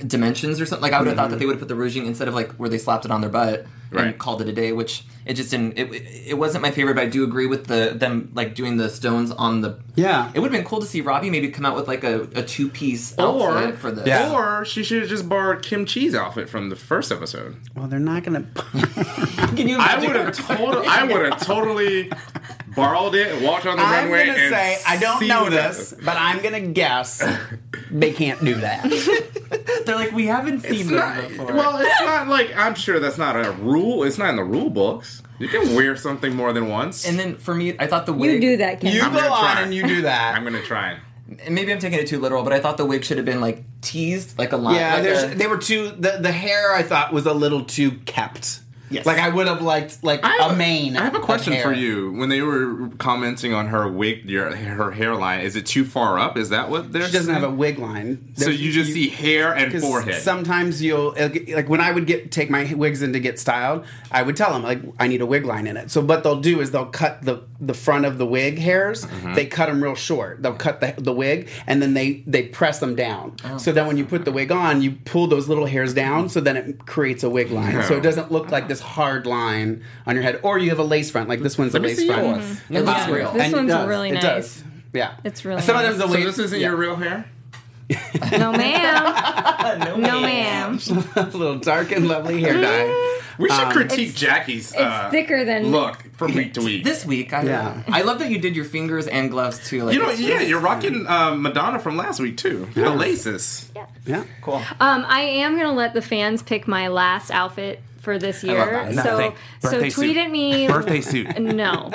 Speaker 7: dimensions or something like i would have thought that
Speaker 6: Mm-hmm.
Speaker 7: they would have put the rouging instead of like where they slapped it on their butt
Speaker 4: Right.
Speaker 7: and called it a day which it just didn't it, it wasn't my favorite but i do agree with the them like doing the stones on the
Speaker 6: Yeah.
Speaker 7: it would have been cool to see Robbie maybe come out with like a, a two piece
Speaker 4: Or,
Speaker 7: outfit for this.
Speaker 6: Yeah.
Speaker 4: or she should have just borrowed Kim Chi's outfit from the first episode.
Speaker 6: Well, they're not going to.
Speaker 7: Can you
Speaker 4: I
Speaker 7: imagine
Speaker 4: would
Speaker 7: her
Speaker 4: have totally, I would have totally borrowed it and walked on the
Speaker 6: I'm
Speaker 4: runway.
Speaker 6: going to
Speaker 4: and
Speaker 6: say, I don't
Speaker 4: see
Speaker 6: know
Speaker 4: what
Speaker 6: this,
Speaker 4: happens.
Speaker 6: but I'm going to guess they can't do that.
Speaker 7: They're like, we haven't seen
Speaker 4: It's
Speaker 7: them
Speaker 4: not,
Speaker 7: before.
Speaker 4: well, it's not like I'm sure that's not a rule. It's not in the rule books. You can wear something more than once.
Speaker 7: and then for me, I thought the wig.
Speaker 5: You do that, Ken.
Speaker 6: You
Speaker 4: I'm
Speaker 6: go
Speaker 4: gonna
Speaker 6: on
Speaker 4: try.
Speaker 6: and you do that.
Speaker 4: I'm gonna try.
Speaker 7: And maybe I'm taking it too literal, but I thought the wig should have been like teased, like a line.
Speaker 6: yeah,
Speaker 7: like
Speaker 6: there's,
Speaker 7: a-
Speaker 6: they were too. The, the hair I thought was a little too kept.
Speaker 7: Yes.
Speaker 6: Like I would have liked like
Speaker 4: I have
Speaker 6: a mane.
Speaker 4: I have a
Speaker 6: of
Speaker 4: question
Speaker 6: hair.
Speaker 4: for you. When they were commenting on her wig, your, her hairline, is it too far up? Is that what they're?
Speaker 6: She doesn't have a
Speaker 4: saying?
Speaker 6: wig line.
Speaker 4: So you just see hair and forehead.
Speaker 6: Sometimes you'll like when I would get take my wigs in to get styled, I would tell them like I need a wig line in it. So what they'll do is they'll cut the the front of the wig hairs.
Speaker 4: Mm-hmm.
Speaker 6: They cut them real short. They'll cut the, the wig and then they they press them down.
Speaker 4: Oh.
Speaker 6: So then when you put the wig on, you pull those little hairs down. So then it creates a wig line. So it doesn't look like this hard line on your head. Or you have a lace front. Like this one's a
Speaker 4: me
Speaker 6: lace
Speaker 4: see
Speaker 6: front.
Speaker 4: yours. Mhm.
Speaker 6: It looks
Speaker 7: Yeah.
Speaker 6: real. And it
Speaker 7: This
Speaker 5: Mm-hmm. one's
Speaker 6: does.
Speaker 5: really
Speaker 6: it
Speaker 5: nice.
Speaker 6: Does. Yeah,
Speaker 5: It's really
Speaker 6: sometimes
Speaker 5: nice.
Speaker 6: the
Speaker 4: so
Speaker 6: wig.
Speaker 4: this isn't
Speaker 6: yeah.
Speaker 4: your real hair.
Speaker 5: No ma'am.
Speaker 7: no,
Speaker 5: No ma'am.
Speaker 6: a little dark and lovely hair dye.
Speaker 4: We
Speaker 7: Um,
Speaker 4: should critique Jackie's.
Speaker 6: Uh,
Speaker 4: It's
Speaker 5: thicker than-
Speaker 4: look from week to week.
Speaker 7: This week, I
Speaker 6: Yeah.
Speaker 7: I love that you did your fingers and gloves too. Like,
Speaker 4: you know, yeah, you're rocking uh, Madonna from last week too. The laces.
Speaker 6: Yeah.
Speaker 7: cool.
Speaker 5: Um, I am gonna let the fans pick my last outfit for this year.
Speaker 7: that.
Speaker 5: So
Speaker 4: Nothing.
Speaker 5: so
Speaker 4: Birthday
Speaker 5: tweet
Speaker 4: suit.
Speaker 5: at me.
Speaker 4: Birthday suit.
Speaker 5: No,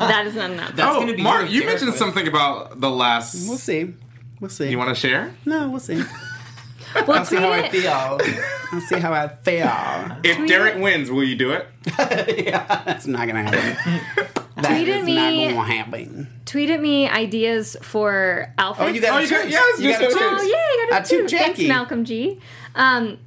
Speaker 5: that is not enough.
Speaker 7: That's
Speaker 4: oh,
Speaker 7: gonna be
Speaker 4: Mark,
Speaker 7: your
Speaker 4: you
Speaker 7: Derek
Speaker 4: mentioned
Speaker 7: look.
Speaker 4: something about the last.
Speaker 6: We'll see. We'll see.
Speaker 4: You want to share?
Speaker 6: no, we'll see.
Speaker 5: Well,
Speaker 6: I'll see how I
Speaker 5: tweet it.
Speaker 6: feel. I'll see how I feel.
Speaker 4: If Derek wins, will you do it?
Speaker 6: That's not gonna happen. That
Speaker 5: Tweet at
Speaker 6: is not
Speaker 5: me.
Speaker 6: gonna happen.
Speaker 5: Tweet at me ideas for outfits.
Speaker 6: Oh, you got
Speaker 4: Oh,
Speaker 6: a
Speaker 4: you got-
Speaker 6: toot.
Speaker 4: yes,
Speaker 6: you
Speaker 4: you
Speaker 6: got a
Speaker 4: said
Speaker 6: toot.
Speaker 4: toot.
Speaker 5: Oh yeah, I
Speaker 6: I
Speaker 5: got it
Speaker 6: toot
Speaker 5: too. Thanks,
Speaker 6: Jackie.
Speaker 5: Malcolm G. Um,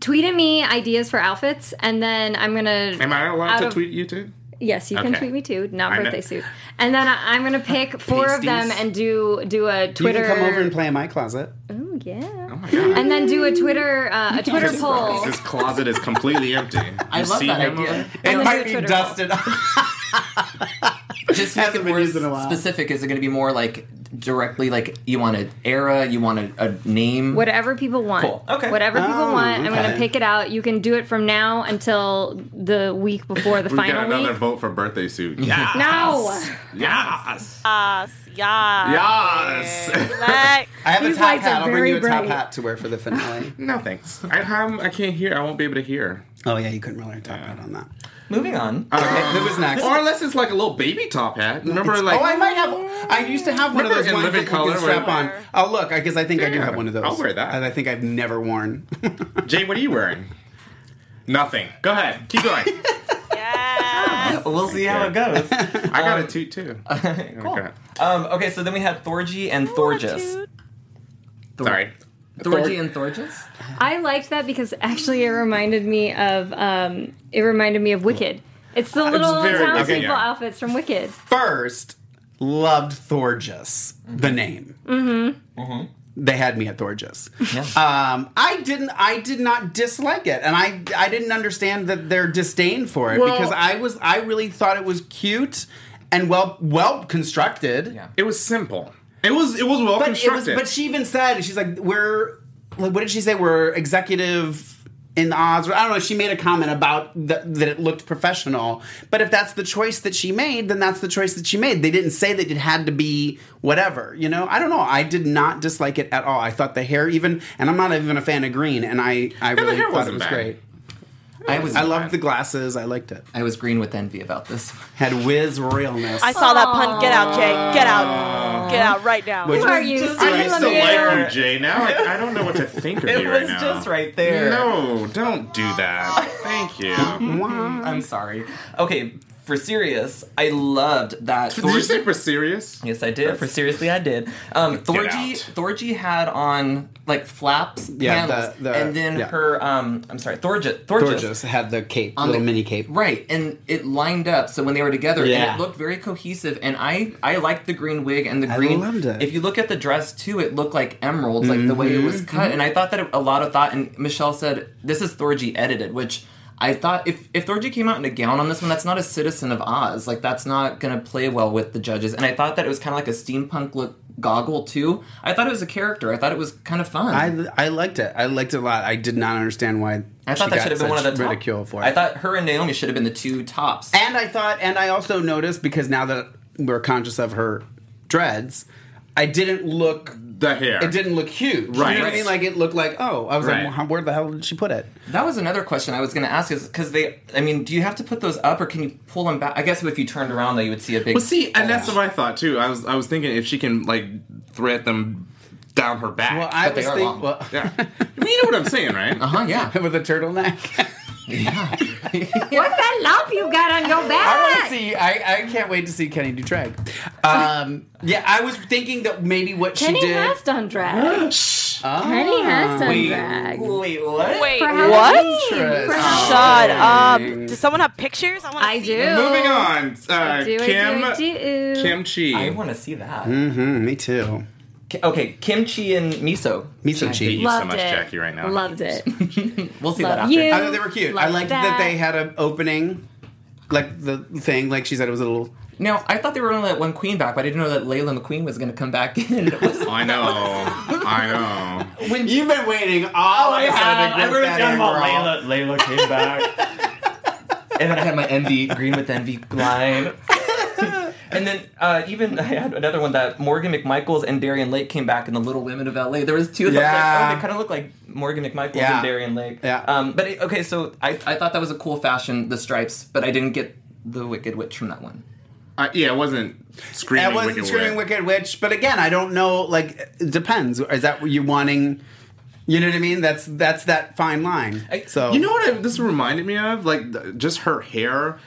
Speaker 5: tweet at me ideas for outfits, and then I'm gonna.
Speaker 4: Am I allowed
Speaker 5: out
Speaker 4: to
Speaker 5: of-
Speaker 4: tweet you too? Oh
Speaker 5: Yes, you can
Speaker 4: Okay.
Speaker 5: tweet me too.
Speaker 4: I
Speaker 5: Not
Speaker 4: know.
Speaker 5: birthday suit. And then I, I'm gonna pick four of them
Speaker 7: Pasties.
Speaker 5: and do do a
Speaker 6: You
Speaker 5: Twitter.
Speaker 6: can come over and play in my closet.
Speaker 5: Ooh, yeah.
Speaker 4: Oh my god.
Speaker 5: And then do a Twitter uh, a Twitter poll.
Speaker 4: His closet is completely empty.
Speaker 7: I
Speaker 4: You
Speaker 7: love
Speaker 4: see
Speaker 7: that
Speaker 4: him
Speaker 7: idea.
Speaker 4: over-
Speaker 6: It
Speaker 5: gonna do
Speaker 6: might
Speaker 5: a
Speaker 6: be
Speaker 5: Twitter
Speaker 6: dusted. off.
Speaker 7: Just
Speaker 6: Hasn't
Speaker 7: make it
Speaker 6: been
Speaker 7: more
Speaker 6: used in a while.
Speaker 7: specific. Is it going to be more like directly like you want an era, you want a, a name?
Speaker 5: Whatever people want.
Speaker 7: Cool. Okay.
Speaker 5: Whatever people
Speaker 6: Oh,
Speaker 5: want, I'm gonna
Speaker 6: okay.
Speaker 5: pick it out. You can do it from now until the week before the
Speaker 4: We got
Speaker 5: final
Speaker 4: another
Speaker 5: week.
Speaker 4: vote for birthday suit. Yeah.
Speaker 5: No.
Speaker 4: Yes.
Speaker 8: Yes, yes.
Speaker 4: Yes.
Speaker 8: Like,
Speaker 6: I have a
Speaker 5: These
Speaker 6: top
Speaker 5: lights are
Speaker 6: hat. I'll bring you a
Speaker 5: very
Speaker 6: top
Speaker 5: bright.
Speaker 6: hat to wear for the finale.
Speaker 4: No thanks. I, I'm, I can't hear. I won't be able to hear.
Speaker 6: oh yeah, you couldn't really wear a top hat on that.
Speaker 7: Moving on.
Speaker 6: Who was next?
Speaker 4: Or unless it's like a little baby top hat. Remember,
Speaker 6: It's-
Speaker 4: like
Speaker 6: oh, I might have. I used to have one of
Speaker 4: Remember
Speaker 6: those
Speaker 4: in
Speaker 6: ones
Speaker 4: Living
Speaker 6: that
Speaker 4: Colour
Speaker 6: you
Speaker 4: when-
Speaker 6: can strap on. Oh, look, I guess I think I do
Speaker 4: Yeah,
Speaker 6: have one of those.
Speaker 4: I'll wear that.
Speaker 6: I think I've never worn.
Speaker 4: Jay, what are you wearing? Nothing. Go ahead. Keep going.
Speaker 8: yes.
Speaker 7: we'll see how it goes.
Speaker 4: I got a toot too.
Speaker 7: cool.
Speaker 4: Okay.
Speaker 7: Um, okay, so then we had Thorgy and Thorgis.
Speaker 4: Sorry.
Speaker 7: Thorgy and Thorgis?
Speaker 5: I liked that because actually it reminded me of um, it reminded me of Wicked. It's the little
Speaker 4: very
Speaker 5: townspeople
Speaker 4: Wicked, yeah.
Speaker 5: outfits from Wicked.
Speaker 6: First, loved Thorgis, the name. Mm-hmm. They had me at Thorgis. Um, I didn't. I did not dislike it, and I I didn't understand that their disdain for it
Speaker 4: Well-
Speaker 6: because I was I really thought it was cute. and well well constructed. Yeah.
Speaker 4: It was simple. It was it was well
Speaker 6: but
Speaker 4: constructed.
Speaker 6: It was, but she even said she's like we're like, what did she say? We're executive in the odds. Or I don't know. She made a comment about th- that it looked professional. But if that's the choice that she made, then that's the choice that she made. They didn't say that it had to be whatever. You know, I don't know. I did not dislike it at all. I thought the hair even, and I'm not even a fan of green. And I I
Speaker 4: the
Speaker 6: really
Speaker 4: hair
Speaker 6: thought
Speaker 4: wasn't
Speaker 6: it was
Speaker 4: bad.
Speaker 6: great.
Speaker 7: I was
Speaker 6: I loved the glasses. I liked it.
Speaker 7: I was green with envy about this.
Speaker 6: Had whiz realness.
Speaker 8: I saw that pun. Get out, Jay. Get out. Get out right now.
Speaker 6: Which
Speaker 5: Who
Speaker 6: was
Speaker 5: are you?
Speaker 6: just
Speaker 5: Are
Speaker 6: like
Speaker 5: you
Speaker 4: I still
Speaker 5: Olivia?
Speaker 4: like you, Jay. Now I, I don't know what to think of
Speaker 7: It
Speaker 4: you right
Speaker 7: was
Speaker 4: now.
Speaker 7: just right there.
Speaker 4: No, don't do that. Thank you.
Speaker 7: I'm sorry. Okay, for serious, I loved that.
Speaker 4: Did you
Speaker 7: Thorgy-
Speaker 4: say for serious?
Speaker 7: Yes, I did. For seriously, I did. Um, Thorgy,
Speaker 4: out.
Speaker 7: Thorgy had on like flaps,
Speaker 6: Yeah,
Speaker 7: panels,
Speaker 6: the- the-
Speaker 7: and then
Speaker 6: yeah.
Speaker 7: her. Um, I'm sorry, Thorgy, Thorgis,
Speaker 6: gorgeous. Had the cape, little
Speaker 7: the-
Speaker 6: mini cape.
Speaker 7: Right, and it lined up. So when they were together,
Speaker 6: Yeah.
Speaker 7: and it looked very cohesive. And I, I liked the green wig and the
Speaker 6: I
Speaker 7: green.
Speaker 6: loved it.
Speaker 7: If you look at the dress too, it looked like emeralds, like the way it
Speaker 6: Mm-hmm.
Speaker 7: was cut. And I thought that a lot of thought. And Michelle said, "This is Thorgy edited," which. I thought if if Thorgy came out in a gown on this one, that's not a citizen of Oz. Like that's not gonna play well with the judges. And I thought that it was kind of like a steampunk look goggle too. I thought it was a character. I thought it was kind of fun.
Speaker 6: I, I liked it. I liked it a lot. I did not understand why
Speaker 7: I thought
Speaker 6: she
Speaker 7: that
Speaker 6: got
Speaker 7: should have been one of
Speaker 6: such
Speaker 7: the top.
Speaker 6: ridicule for it.
Speaker 7: I thought her and Naomi should have been the two tops.
Speaker 6: And I thought, and I also noticed because now that we're conscious of her dreads, I didn't look.
Speaker 4: The hair.
Speaker 6: It didn't look huge, You know what I
Speaker 4: Right.
Speaker 6: mean, like it looked like oh, I was
Speaker 4: Right.
Speaker 6: like, well, how- where the hell did she put it?
Speaker 7: That was another question I was going to ask is because they, I mean, do you have to put those up or can you pull them back? I guess if you turned around, though, you would see a big.
Speaker 4: Well, see, and that's what I thought too. I was I was thinking if she can like thread them down her back.
Speaker 6: Well, I
Speaker 7: But they
Speaker 6: was
Speaker 7: are
Speaker 6: thinking,
Speaker 7: long.
Speaker 6: well,
Speaker 4: yeah. Well, you know what I'm saying, right?
Speaker 7: Uh huh, yeah.
Speaker 6: with a turtleneck.
Speaker 1: What's that lump you got on your
Speaker 6: I want
Speaker 1: back?
Speaker 6: to see. I, I can't wait to see Kenny do drag. Um, yeah, I was thinking that maybe what
Speaker 5: Penny
Speaker 6: she did.
Speaker 5: has done drag. Penny has done drag.
Speaker 7: Wait, what?
Speaker 8: Wait,
Speaker 5: For Halloween.
Speaker 6: Oh,
Speaker 8: what?
Speaker 5: For Halloween.
Speaker 8: Shut up. Does someone have pictures? I want to
Speaker 5: I
Speaker 8: see
Speaker 5: do.
Speaker 8: them.
Speaker 4: Moving on, uh,
Speaker 5: Do
Speaker 4: Kim
Speaker 5: I do, I do.
Speaker 4: Kim Chi.
Speaker 7: I want to see that.
Speaker 6: Mhm, me too.
Speaker 7: Ki- Okay, kimchi and miso.
Speaker 6: Miso
Speaker 4: Hate
Speaker 6: cheese.
Speaker 4: you so
Speaker 5: Loved
Speaker 4: much,
Speaker 5: it.
Speaker 4: Jackie, right now.
Speaker 5: Loved it.
Speaker 7: We'll see that
Speaker 5: Love
Speaker 7: after.
Speaker 5: you.
Speaker 6: I thought Uh, they were cute. I
Speaker 5: Loved
Speaker 6: liked that.
Speaker 5: that.
Speaker 6: they had an opening, like the thing. Like she said, it was a little.
Speaker 7: Now, I thought they were going to let one queen back, but I didn't know that Layla McQueen was going to come back in. It was
Speaker 4: I know. I know.
Speaker 6: You've been waiting all
Speaker 7: Oh, I
Speaker 6: episode to
Speaker 7: have.
Speaker 6: get
Speaker 7: I wrote it
Speaker 6: that
Speaker 7: down
Speaker 6: in,
Speaker 7: about
Speaker 6: girl.
Speaker 9: Layla
Speaker 7: Layla.
Speaker 9: came back.
Speaker 7: and then I had my envy, green with envy line. and then uh, even I had another one that Morgan McMichaels and Darian Lake came back in the Little Women of LA. There was two of them.
Speaker 6: Yeah.
Speaker 7: Like, oh, they kind of look like Morgan McMichaels
Speaker 6: Yeah.
Speaker 7: and Darian Lake.
Speaker 6: Yeah.
Speaker 7: Um, but it, okay, so I, I thought that was a cool fashion, the stripes, but I didn't get the Wicked Witch from that one.
Speaker 4: I, Uh, yeah, it wasn't screaming.
Speaker 6: I wasn't
Speaker 4: Wicked
Speaker 6: screaming
Speaker 4: Witch.
Speaker 6: Wicked Witch, but again, I don't know. Like, it depends. Is that what you wanting? You know what I mean? That's that's that fine line.
Speaker 7: I-
Speaker 6: so
Speaker 4: You know what I, this reminded me of? Like th- just her hair.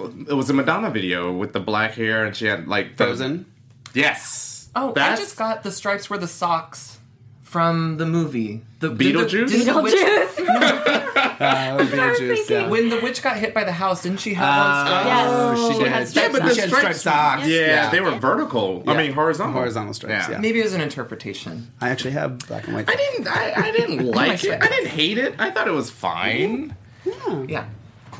Speaker 4: It was a Madonna video with the black hair, and she had like the-
Speaker 6: Frozen.
Speaker 4: Yes.
Speaker 7: Oh,
Speaker 4: that's
Speaker 7: I just got the stripes were the socks from the movie. The
Speaker 4: Beetlejuice?
Speaker 7: did the witch-
Speaker 6: Uh, Beetlejuice, yeah.
Speaker 7: when the witch got hit by the house, didn't she have on stripes?
Speaker 6: Oh, she
Speaker 5: Yes.
Speaker 6: did.
Speaker 4: yeah, but the
Speaker 6: she had
Speaker 4: stripes,
Speaker 6: striped socks.
Speaker 4: Yeah, they were vertical. I
Speaker 6: Yeah.
Speaker 4: mean, horizontal.
Speaker 6: Horizontal stripes, yeah.
Speaker 7: Maybe it was an interpretation.
Speaker 6: I actually have black and white.
Speaker 4: I didn't. I, I didn't like it. I didn't hate it. I thought it was fine.
Speaker 7: Yeah.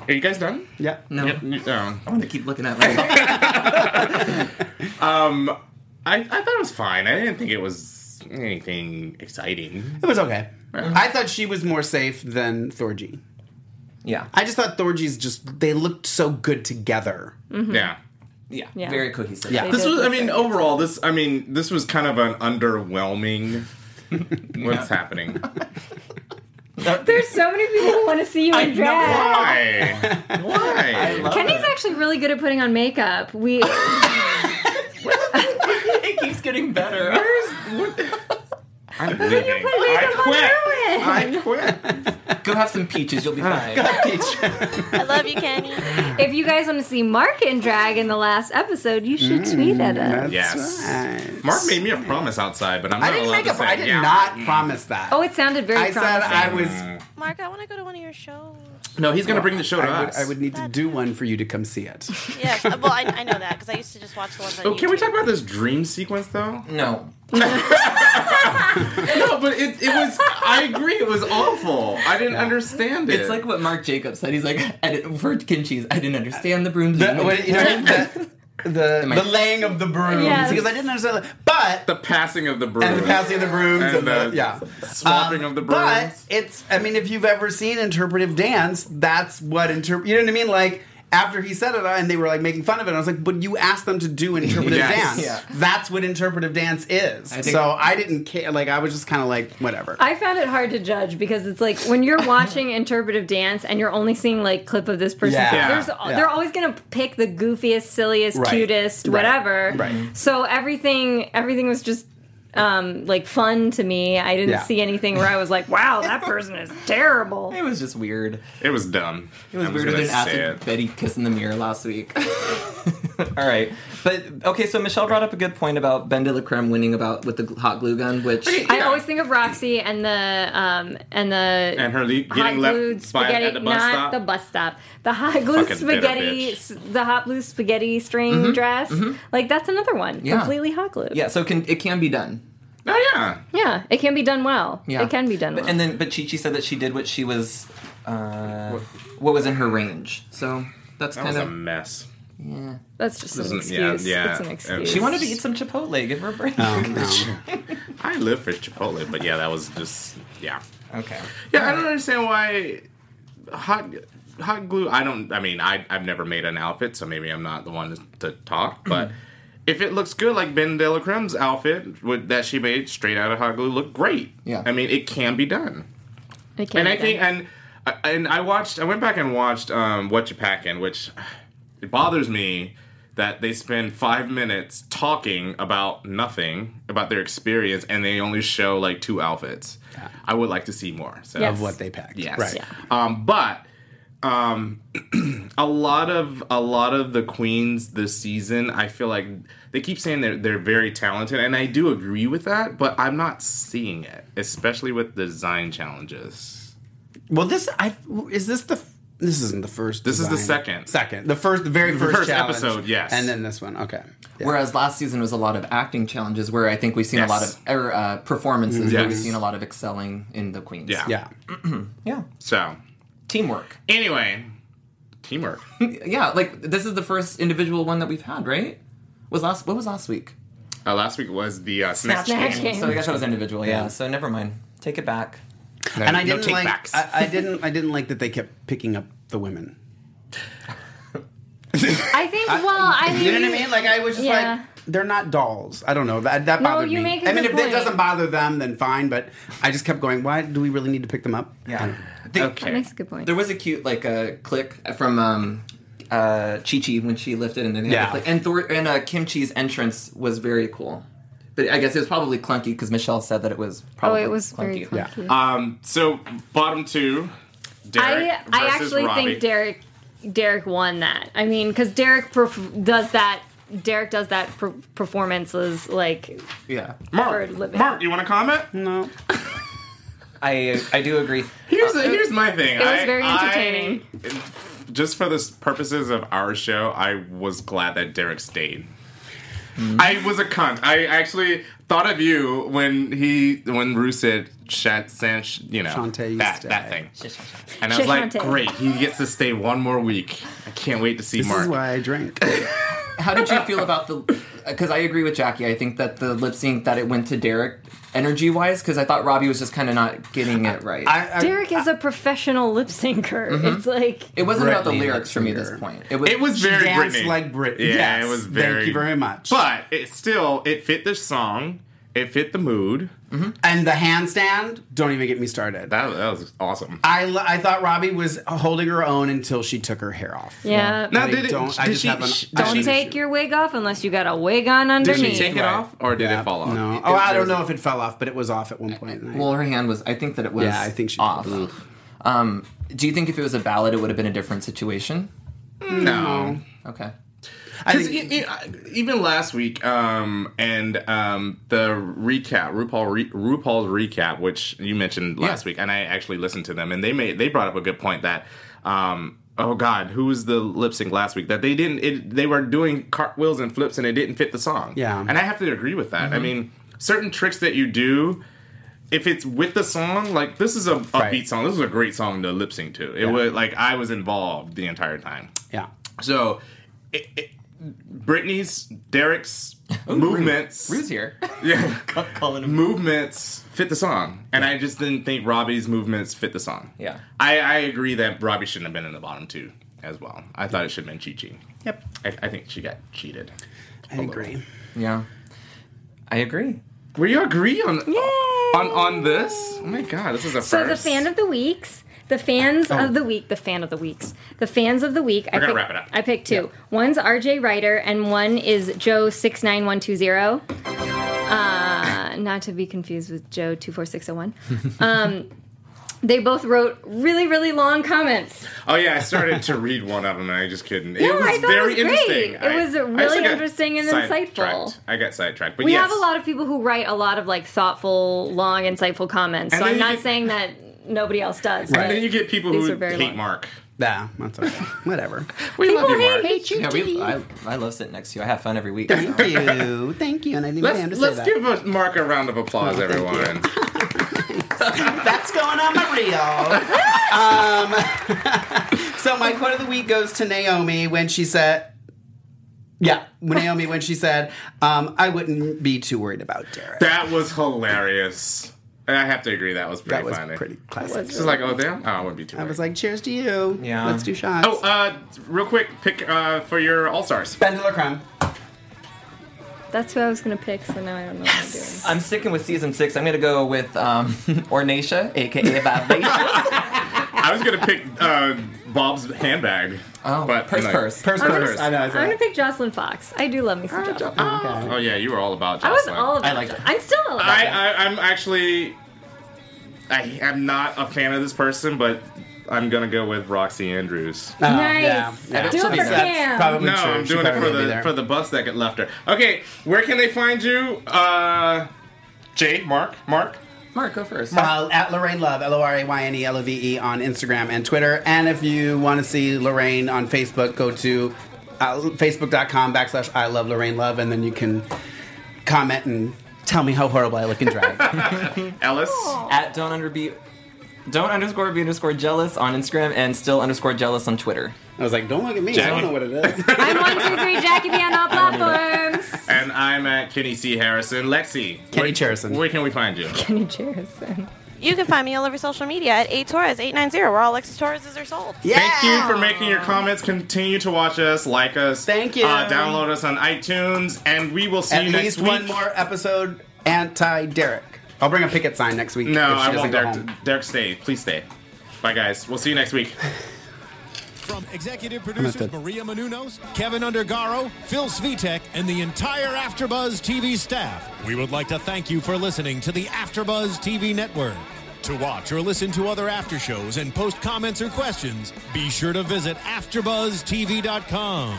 Speaker 4: Are you guys done?
Speaker 6: Yeah.
Speaker 7: No.
Speaker 6: uh,
Speaker 4: No.
Speaker 7: I want to keep looking at my
Speaker 4: I, I thought it was fine. I didn't think it was anything exciting.
Speaker 6: It was okay. I thought she was more safe than Thorgy.
Speaker 7: yeah.
Speaker 6: I just thought Thorgy's just, they looked so good together.
Speaker 4: Yeah.
Speaker 7: yeah.
Speaker 5: Yeah.
Speaker 7: Very cohesive.
Speaker 6: Yeah.
Speaker 4: Mm-hmm. This
Speaker 5: did
Speaker 4: was. I
Speaker 5: look
Speaker 4: mean, overall, this. I mean, this was kind of an underwhelming. What's happening?
Speaker 5: There's so many people who want to see you in drag.
Speaker 4: Why? Why?
Speaker 5: Kenny's actually really good at putting on makeup. We
Speaker 7: it keeps getting better.
Speaker 4: I'm leaving. I quit. I quit.
Speaker 7: Go have some peaches, you'll be fine.
Speaker 8: I love you, Kenny.
Speaker 5: if you guys want to see Mark in drag in the last episode, you should
Speaker 6: Mm,
Speaker 5: tweet at us.
Speaker 4: Yes. Mark made me a promise outside, but I'm not
Speaker 6: I didn't
Speaker 4: allowed
Speaker 6: make
Speaker 4: to
Speaker 6: up.
Speaker 4: say
Speaker 6: I did
Speaker 4: yeah. Mm.
Speaker 6: not promise that.
Speaker 5: Oh, it sounded very
Speaker 6: I said
Speaker 5: promising.
Speaker 6: I was.
Speaker 8: Mark, I want to go to one of your shows.
Speaker 4: No, he's gonna Mm. bring the show to
Speaker 6: I would,
Speaker 4: us.
Speaker 6: I would need to do one for you to come see it.
Speaker 8: Yes. Uh, Well, I, I know that because I used to just watch the ones on
Speaker 4: Oh, can we
Speaker 8: YouTube.
Speaker 4: talk about this dream sequence though?
Speaker 7: No.
Speaker 4: No, but it, it was. I agree. It was awful. I didn't understand it.
Speaker 7: It's like what Mark Jacobs said. He's like, I didn't, for Kinchis, I didn't understand the broom.
Speaker 6: That- what- you know, that, the
Speaker 7: Am I-
Speaker 6: the laying of the brooms
Speaker 5: Yes.
Speaker 6: because I didn't understand. But
Speaker 4: The passing of the broom.
Speaker 6: and the passing of the brooms and, the, yeah
Speaker 4: swapping
Speaker 6: Um,
Speaker 4: of the brooms.
Speaker 6: But it's I mean, if you've ever seen interpretive dance, that's what interpret. You know what I mean? Like after he said it, and they were like making fun of it, I was like, but you asked them to do interpretive
Speaker 4: Yes.
Speaker 6: dance.
Speaker 7: Yeah.
Speaker 6: That's what interpretive dance is.
Speaker 7: I think-
Speaker 6: so I didn't care. Like I was just kind of like whatever.
Speaker 5: I found it hard to judge because it's like when you're watching interpretive dance and you're only seeing like clip of this person.
Speaker 6: Yeah. Yeah.
Speaker 5: There's,
Speaker 6: Yeah.
Speaker 5: They're always gonna pick the goofiest, silliest,
Speaker 6: Right.
Speaker 5: cutest,
Speaker 6: Right.
Speaker 5: whatever.
Speaker 6: Right.
Speaker 5: So everything, everything was just um, like fun to me. I didn't
Speaker 6: Yeah.
Speaker 5: see anything where I was like, "Wow, that person is terrible."
Speaker 7: It was just weird.
Speaker 4: It was dumb.
Speaker 7: It was
Speaker 4: I'm just
Speaker 7: weirder
Speaker 4: gonna
Speaker 7: than
Speaker 4: say
Speaker 7: asking
Speaker 4: it.
Speaker 7: Betty kiss in the mirror last week. All right, but okay. So Michelle brought up a good point about Ben de la Creme winning about with the gl- hot glue gun, which
Speaker 5: I always think of Roxy and the um, and the
Speaker 4: And her le-
Speaker 5: hot
Speaker 4: getting
Speaker 5: glued
Speaker 4: left by
Speaker 5: spaghetti,
Speaker 4: at the bus
Speaker 5: not
Speaker 4: stop.
Speaker 5: the bus stop. The hot glue
Speaker 4: Fucking bitter
Speaker 5: spaghetti,
Speaker 4: bitch.
Speaker 5: s- the hot glue spaghetti string dress. Like that's another one,
Speaker 7: Yeah.
Speaker 5: completely hot glued.
Speaker 7: yeah. So it can it can be done.
Speaker 4: oh yeah.
Speaker 5: Yeah, it can be done well.
Speaker 7: Yeah.
Speaker 5: It can be done
Speaker 7: But,
Speaker 5: well.
Speaker 7: and then, but Chi Chi said that she did what she was, uh, what? was in her range. So that's
Speaker 4: That
Speaker 7: kind
Speaker 4: was a
Speaker 7: of.
Speaker 4: mess.
Speaker 5: that's just an
Speaker 4: This is- yeah,
Speaker 5: excuse.
Speaker 4: yeah.
Speaker 5: It's an
Speaker 4: And-
Speaker 5: excuse.
Speaker 7: She wanted to eat some Chipotle. Give her a break.
Speaker 4: Um, I live for Chipotle, but yeah, that was just yeah.
Speaker 7: okay.
Speaker 4: Yeah, I don't understand why hot hot glue. I don't. I mean, I I've never made an outfit, so maybe I'm not the one to talk.
Speaker 5: Mm.
Speaker 4: But if it looks good, like Ben De La Creme's outfit with, that she made straight out of hot glue, looked great.
Speaker 7: Yeah.
Speaker 4: I mean, it can be done.
Speaker 5: It
Speaker 4: And
Speaker 5: can be
Speaker 4: I think and uh, and I watched. I went back and watched um, What You Packin', which it bothers me that they spend five minutes talking about nothing about their experience, and they only show like two outfits. I would like to see more. So
Speaker 5: Yes.
Speaker 6: of what they packed.
Speaker 4: Yes.
Speaker 6: Right.
Speaker 4: Um, but um, a lot of a lot of the queens this season, I feel like they keep saying they're they're very talented, and I do agree with that. But I'm not seeing it, especially with design challenges.
Speaker 6: Well, this I is this the f- this isn't the first.
Speaker 4: This is the
Speaker 6: design.
Speaker 4: second.
Speaker 6: Second, the first, the very first,
Speaker 4: first
Speaker 6: challenge,
Speaker 4: episode, yes.
Speaker 6: and then this one. Okay. Yeah.
Speaker 7: Whereas last season was a lot of acting challenges, where I think we've seen
Speaker 4: Yes.
Speaker 7: a lot of er, uh, performances. Where we've
Speaker 4: Yes.
Speaker 7: seen a lot of excelling in the queens.
Speaker 4: Yeah.
Speaker 6: yeah.
Speaker 7: Yeah.
Speaker 4: So
Speaker 7: Teamwork.
Speaker 4: anyway, teamwork.
Speaker 7: Yeah, like this is the first individual one that we've had, right? Was last what was last week?
Speaker 4: Uh, last week was the uh, snatch,
Speaker 5: Snatch
Speaker 4: game.
Speaker 5: game.
Speaker 7: So I guess that was individual. Yeah. So never mind. Take it back.
Speaker 6: and I
Speaker 4: no
Speaker 6: didn't
Speaker 4: take
Speaker 6: like.
Speaker 4: backs.
Speaker 6: I, I didn't. I didn't like that they kept picking up the women.
Speaker 5: I think. Well, I mean,
Speaker 6: You know what I mean? Like I was just
Speaker 5: Yeah.
Speaker 6: like, they're not dolls. I don't know that that
Speaker 5: No,
Speaker 6: bothered
Speaker 5: you
Speaker 6: me.
Speaker 5: make a
Speaker 6: I mean,
Speaker 5: good
Speaker 6: if
Speaker 5: point.
Speaker 6: it doesn't bother them, then fine. But I just kept going. Why do we really need to pick them up? I
Speaker 7: Yeah.
Speaker 6: don't know.
Speaker 7: The-
Speaker 5: that
Speaker 4: Okay.
Speaker 5: makes a good point.
Speaker 7: There was a cute like uh, click from um uh Chi Chi when she lifted and then the other
Speaker 6: Yeah.
Speaker 7: click. and Thor and uh, Kim Chi's entrance was very cool. But I guess it was probably clunky because Michelle said that it was
Speaker 5: oh,
Speaker 7: probably
Speaker 5: it was very
Speaker 7: clunky.
Speaker 5: clunky.
Speaker 6: Yeah.
Speaker 4: Um. So bottom two. Derek
Speaker 5: I I
Speaker 4: versus
Speaker 5: actually
Speaker 4: Robbie.
Speaker 5: think Derek Derek won that. I mean, because Derek perf- does that. Derek does that per- performances like
Speaker 7: Yeah.
Speaker 5: for a
Speaker 4: Mark,
Speaker 5: living.
Speaker 4: Mark, you want to comment?
Speaker 6: No.
Speaker 7: I I do agree. Uh,
Speaker 4: Here's here's my thing. It
Speaker 5: was very entertaining.
Speaker 4: just for the purposes of our show, I was glad that Derek stayed. I was a cunt. I actually thought of you when he when Rue said Shat Sanch, you know
Speaker 6: Shantae, you
Speaker 4: that
Speaker 6: stay.
Speaker 4: that thing, and I was like,
Speaker 5: Shantae.
Speaker 4: great, he gets to stay one more week. I can't wait to see
Speaker 6: This
Speaker 4: Mark.
Speaker 6: is why I drink.
Speaker 7: How did you feel about the? Because I agree with Jackie. I think that the lip sync that it went to Derek energy wise. Because I thought Robbie was just kind of not getting it right.
Speaker 6: I, I,
Speaker 5: Derek is a professional lip syncer.
Speaker 4: Mm-hmm.
Speaker 5: It's like
Speaker 7: it wasn't about the
Speaker 6: Britney
Speaker 7: lyrics for me at
Speaker 6: Spears.
Speaker 7: this point. It was.
Speaker 4: It was very
Speaker 6: danced
Speaker 4: Britney.
Speaker 6: like Brit-
Speaker 4: Yeah,
Speaker 6: yes.
Speaker 4: it was
Speaker 6: Thank
Speaker 4: very.
Speaker 6: you very much.
Speaker 4: But it still it fit the song. It fit the mood.
Speaker 6: and the handstand. Don't even get me started.
Speaker 4: That, that was awesome.
Speaker 6: I, lo- I thought Robbie was holding her own until she took her hair off.
Speaker 5: yeah.
Speaker 4: Now,
Speaker 6: I
Speaker 4: did it-
Speaker 6: don't- I
Speaker 4: did
Speaker 6: just
Speaker 4: she-
Speaker 6: have an-
Speaker 4: sh-
Speaker 6: I
Speaker 5: Don't
Speaker 6: she-
Speaker 5: take your wig off unless you got a wig on
Speaker 4: Did
Speaker 5: underneath.
Speaker 4: she take it
Speaker 6: Right.
Speaker 4: off or did it fall off?
Speaker 6: No.
Speaker 4: It-
Speaker 6: Oh, I
Speaker 4: there
Speaker 6: don't
Speaker 4: was-
Speaker 6: know if it fell off, but it was off at one point. and I-
Speaker 7: well, her hand was. I think that it was.
Speaker 6: Yeah, I think she-
Speaker 7: off. Um, do you think if it was a ballad, it would have been a different situation?
Speaker 6: Mm-hmm.
Speaker 4: No.
Speaker 7: Okay.
Speaker 6: I
Speaker 4: Because
Speaker 6: think-
Speaker 4: even last week, um, and um, the recap, RuPaul, re- RuPaul's recap, which you mentioned last
Speaker 7: Yeah.
Speaker 4: week, and I actually listened to them, and they made they brought up a good point that, um, oh God, who was the lip sync last week? That they didn't, it, they were doing cartwheels and flips, and it didn't fit the song.
Speaker 6: Yeah. Mm-hmm.
Speaker 4: and I have to agree with that. I mean, certain tricks that you do. If it's with the song, like this is a upbeat
Speaker 6: Right.
Speaker 4: song, this is a great song to lip sync to. It was like I was involved the entire time.
Speaker 6: yeah.
Speaker 4: So it, it, Brittany's, Derek's movements.
Speaker 7: Rue's here.
Speaker 4: Yeah.
Speaker 7: Calling him.
Speaker 4: movements fit the song, and I just didn't think Robbie's movements fit the song.
Speaker 7: Yeah.
Speaker 4: I, I agree that Robbie shouldn't have been in the bottom two as well. I thought it should have been Chi Chi.
Speaker 6: Yep.
Speaker 4: I, I think she got cheated.
Speaker 6: I agree.
Speaker 7: Yeah. I agree.
Speaker 4: Were you agree on on on this? Oh my god, this is a
Speaker 5: So the
Speaker 4: first.
Speaker 5: fan of the weeks, the fans of the week, the fan of the weeks, the fans of the week. I
Speaker 4: We're gonna
Speaker 5: picked,
Speaker 4: wrap it up.
Speaker 5: I picked two. One's RJ Ryder and one is Joe six nine one two zero. Uh, not to be confused with Joe two four six zero one. Um, they both wrote really really long comments.
Speaker 4: oh yeah, I started to read one of them and I just couldn't.
Speaker 5: No,
Speaker 4: it was
Speaker 5: I thought it
Speaker 4: very
Speaker 5: was great.
Speaker 4: interesting.
Speaker 5: It
Speaker 4: I-
Speaker 5: was
Speaker 4: I
Speaker 5: really
Speaker 4: also got
Speaker 5: interesting and
Speaker 4: sidetracked.
Speaker 5: insightful.
Speaker 4: I got sidetracked, but
Speaker 5: We
Speaker 4: yes.
Speaker 5: have a lot of people who write a lot of like thoughtful, long, insightful comments.
Speaker 4: And
Speaker 5: so
Speaker 4: then
Speaker 5: I'm
Speaker 4: you
Speaker 5: not
Speaker 4: get-
Speaker 5: saying that nobody else does.
Speaker 4: And
Speaker 5: but
Speaker 4: then you get people
Speaker 5: These
Speaker 4: who
Speaker 5: are very
Speaker 4: hate
Speaker 5: long.
Speaker 4: Mark.
Speaker 6: Nah, that's okay. Whatever.
Speaker 4: We love you,
Speaker 5: hate
Speaker 4: Mark.
Speaker 5: hate you.
Speaker 7: Yeah, we, I, I love sitting next to you. I have fun every week. so.
Speaker 6: Thank you. Thank you. And I didn't even have to
Speaker 4: Let's, let's
Speaker 6: say
Speaker 4: give a, Mark a round of applause, everyone.
Speaker 6: that. That's going on my reel. um, so my quote of the week goes to Naomi when she said, "Yeah, when Naomi when she said, um, I wouldn't be too worried about Derek.
Speaker 4: That was hilarious. And I have to agree, that was pretty
Speaker 6: That was
Speaker 4: funny.
Speaker 6: pretty classic."
Speaker 4: She's like, oh, damn? Oh, I wouldn't be too
Speaker 6: I
Speaker 4: late.
Speaker 6: was like, "Cheers to you.
Speaker 7: Yeah.
Speaker 6: Let's do shots."
Speaker 4: oh, uh, real quick, pick uh, for your All Stars.
Speaker 6: Ben de la Creme.
Speaker 5: That's who I was going to pick, so now I don't know what I'm doing.
Speaker 7: I'm sticking with season six. I'm gonna go with um, Ornacia, aka Vivacious.
Speaker 4: I was going to pick uh, Bob's handbag.
Speaker 7: Oh, purse, purse.
Speaker 6: Purse,
Speaker 4: I'm
Speaker 6: purse.
Speaker 4: just-
Speaker 6: I know. I
Speaker 5: I'm gonna
Speaker 6: said
Speaker 5: pick Jocelyn Fox. I do love me some Jocelyn.
Speaker 4: Oh, yeah, you were all about
Speaker 5: I was
Speaker 4: Jocelyn.
Speaker 5: all about.
Speaker 7: Ah, I liked
Speaker 5: Jo-
Speaker 7: it.
Speaker 5: I'm still all about.
Speaker 4: I,
Speaker 5: it.
Speaker 4: I, I'm actually. I am not a fan of this person, but I'm going to go with Roxy Andrews.
Speaker 6: that.
Speaker 5: Nice.
Speaker 7: Do it for
Speaker 5: Cam.
Speaker 6: probably
Speaker 4: No,
Speaker 6: true.
Speaker 4: I'm
Speaker 6: She
Speaker 4: doing it
Speaker 6: probably
Speaker 4: for
Speaker 6: wouldn't be
Speaker 4: the
Speaker 6: there.
Speaker 4: for the bus that got left her. Okay, where can they find you? Uh, Jay, Mark, Mark.
Speaker 7: Mark, go first.
Speaker 6: Uh, at Lorraine Love, L O R A Y N E L O V E on Instagram and Twitter. And if you want to see Lorraine on Facebook, go to uh, facebook.com backslash I love Lorraine Love, and then you can comment and tell me how horrible I look in drag.
Speaker 4: Ellis.
Speaker 6: Oh.
Speaker 7: At don't under be, don't underscore be underscore jealous on Instagram and still underscore jealous on Twitter.
Speaker 6: I was like, don't look at me. I
Speaker 4: Jackie.
Speaker 6: don't know what it is.
Speaker 5: I'm one, two, three, Jackie B on all platforms.
Speaker 4: And I'm at Kenny C. Harrison. Lexi.
Speaker 6: Kenny
Speaker 4: where-
Speaker 6: Cherison.
Speaker 4: Where can we find you?
Speaker 5: Kenny Jerison.
Speaker 8: You can find me all over social media at A Torres eight nine zero, where all Lexus Torreses are sold.
Speaker 4: Thank you for making your comments. Continue to watch us, like us.
Speaker 6: Thank you.
Speaker 4: Uh, download us on iTunes, and we will see
Speaker 6: At
Speaker 4: you next
Speaker 6: least
Speaker 4: week.
Speaker 6: one more episode anti Derek. I'll bring a picket sign next week.
Speaker 4: No,
Speaker 6: if she
Speaker 4: I won't.
Speaker 6: doesn't go
Speaker 4: Derek,
Speaker 6: home.
Speaker 4: Derek, stay. Please stay. Bye, guys. We'll see you next week.
Speaker 2: From executive producers
Speaker 6: to-
Speaker 2: Maria Manunos, Kevin Undergaro, Phil Svitek, and the entire AfterBuzz TV staff, we would like to thank you for listening to the AfterBuzz TV network. To watch or listen to other after shows and post comments or questions, be sure to visit AfterBuzzTV.com.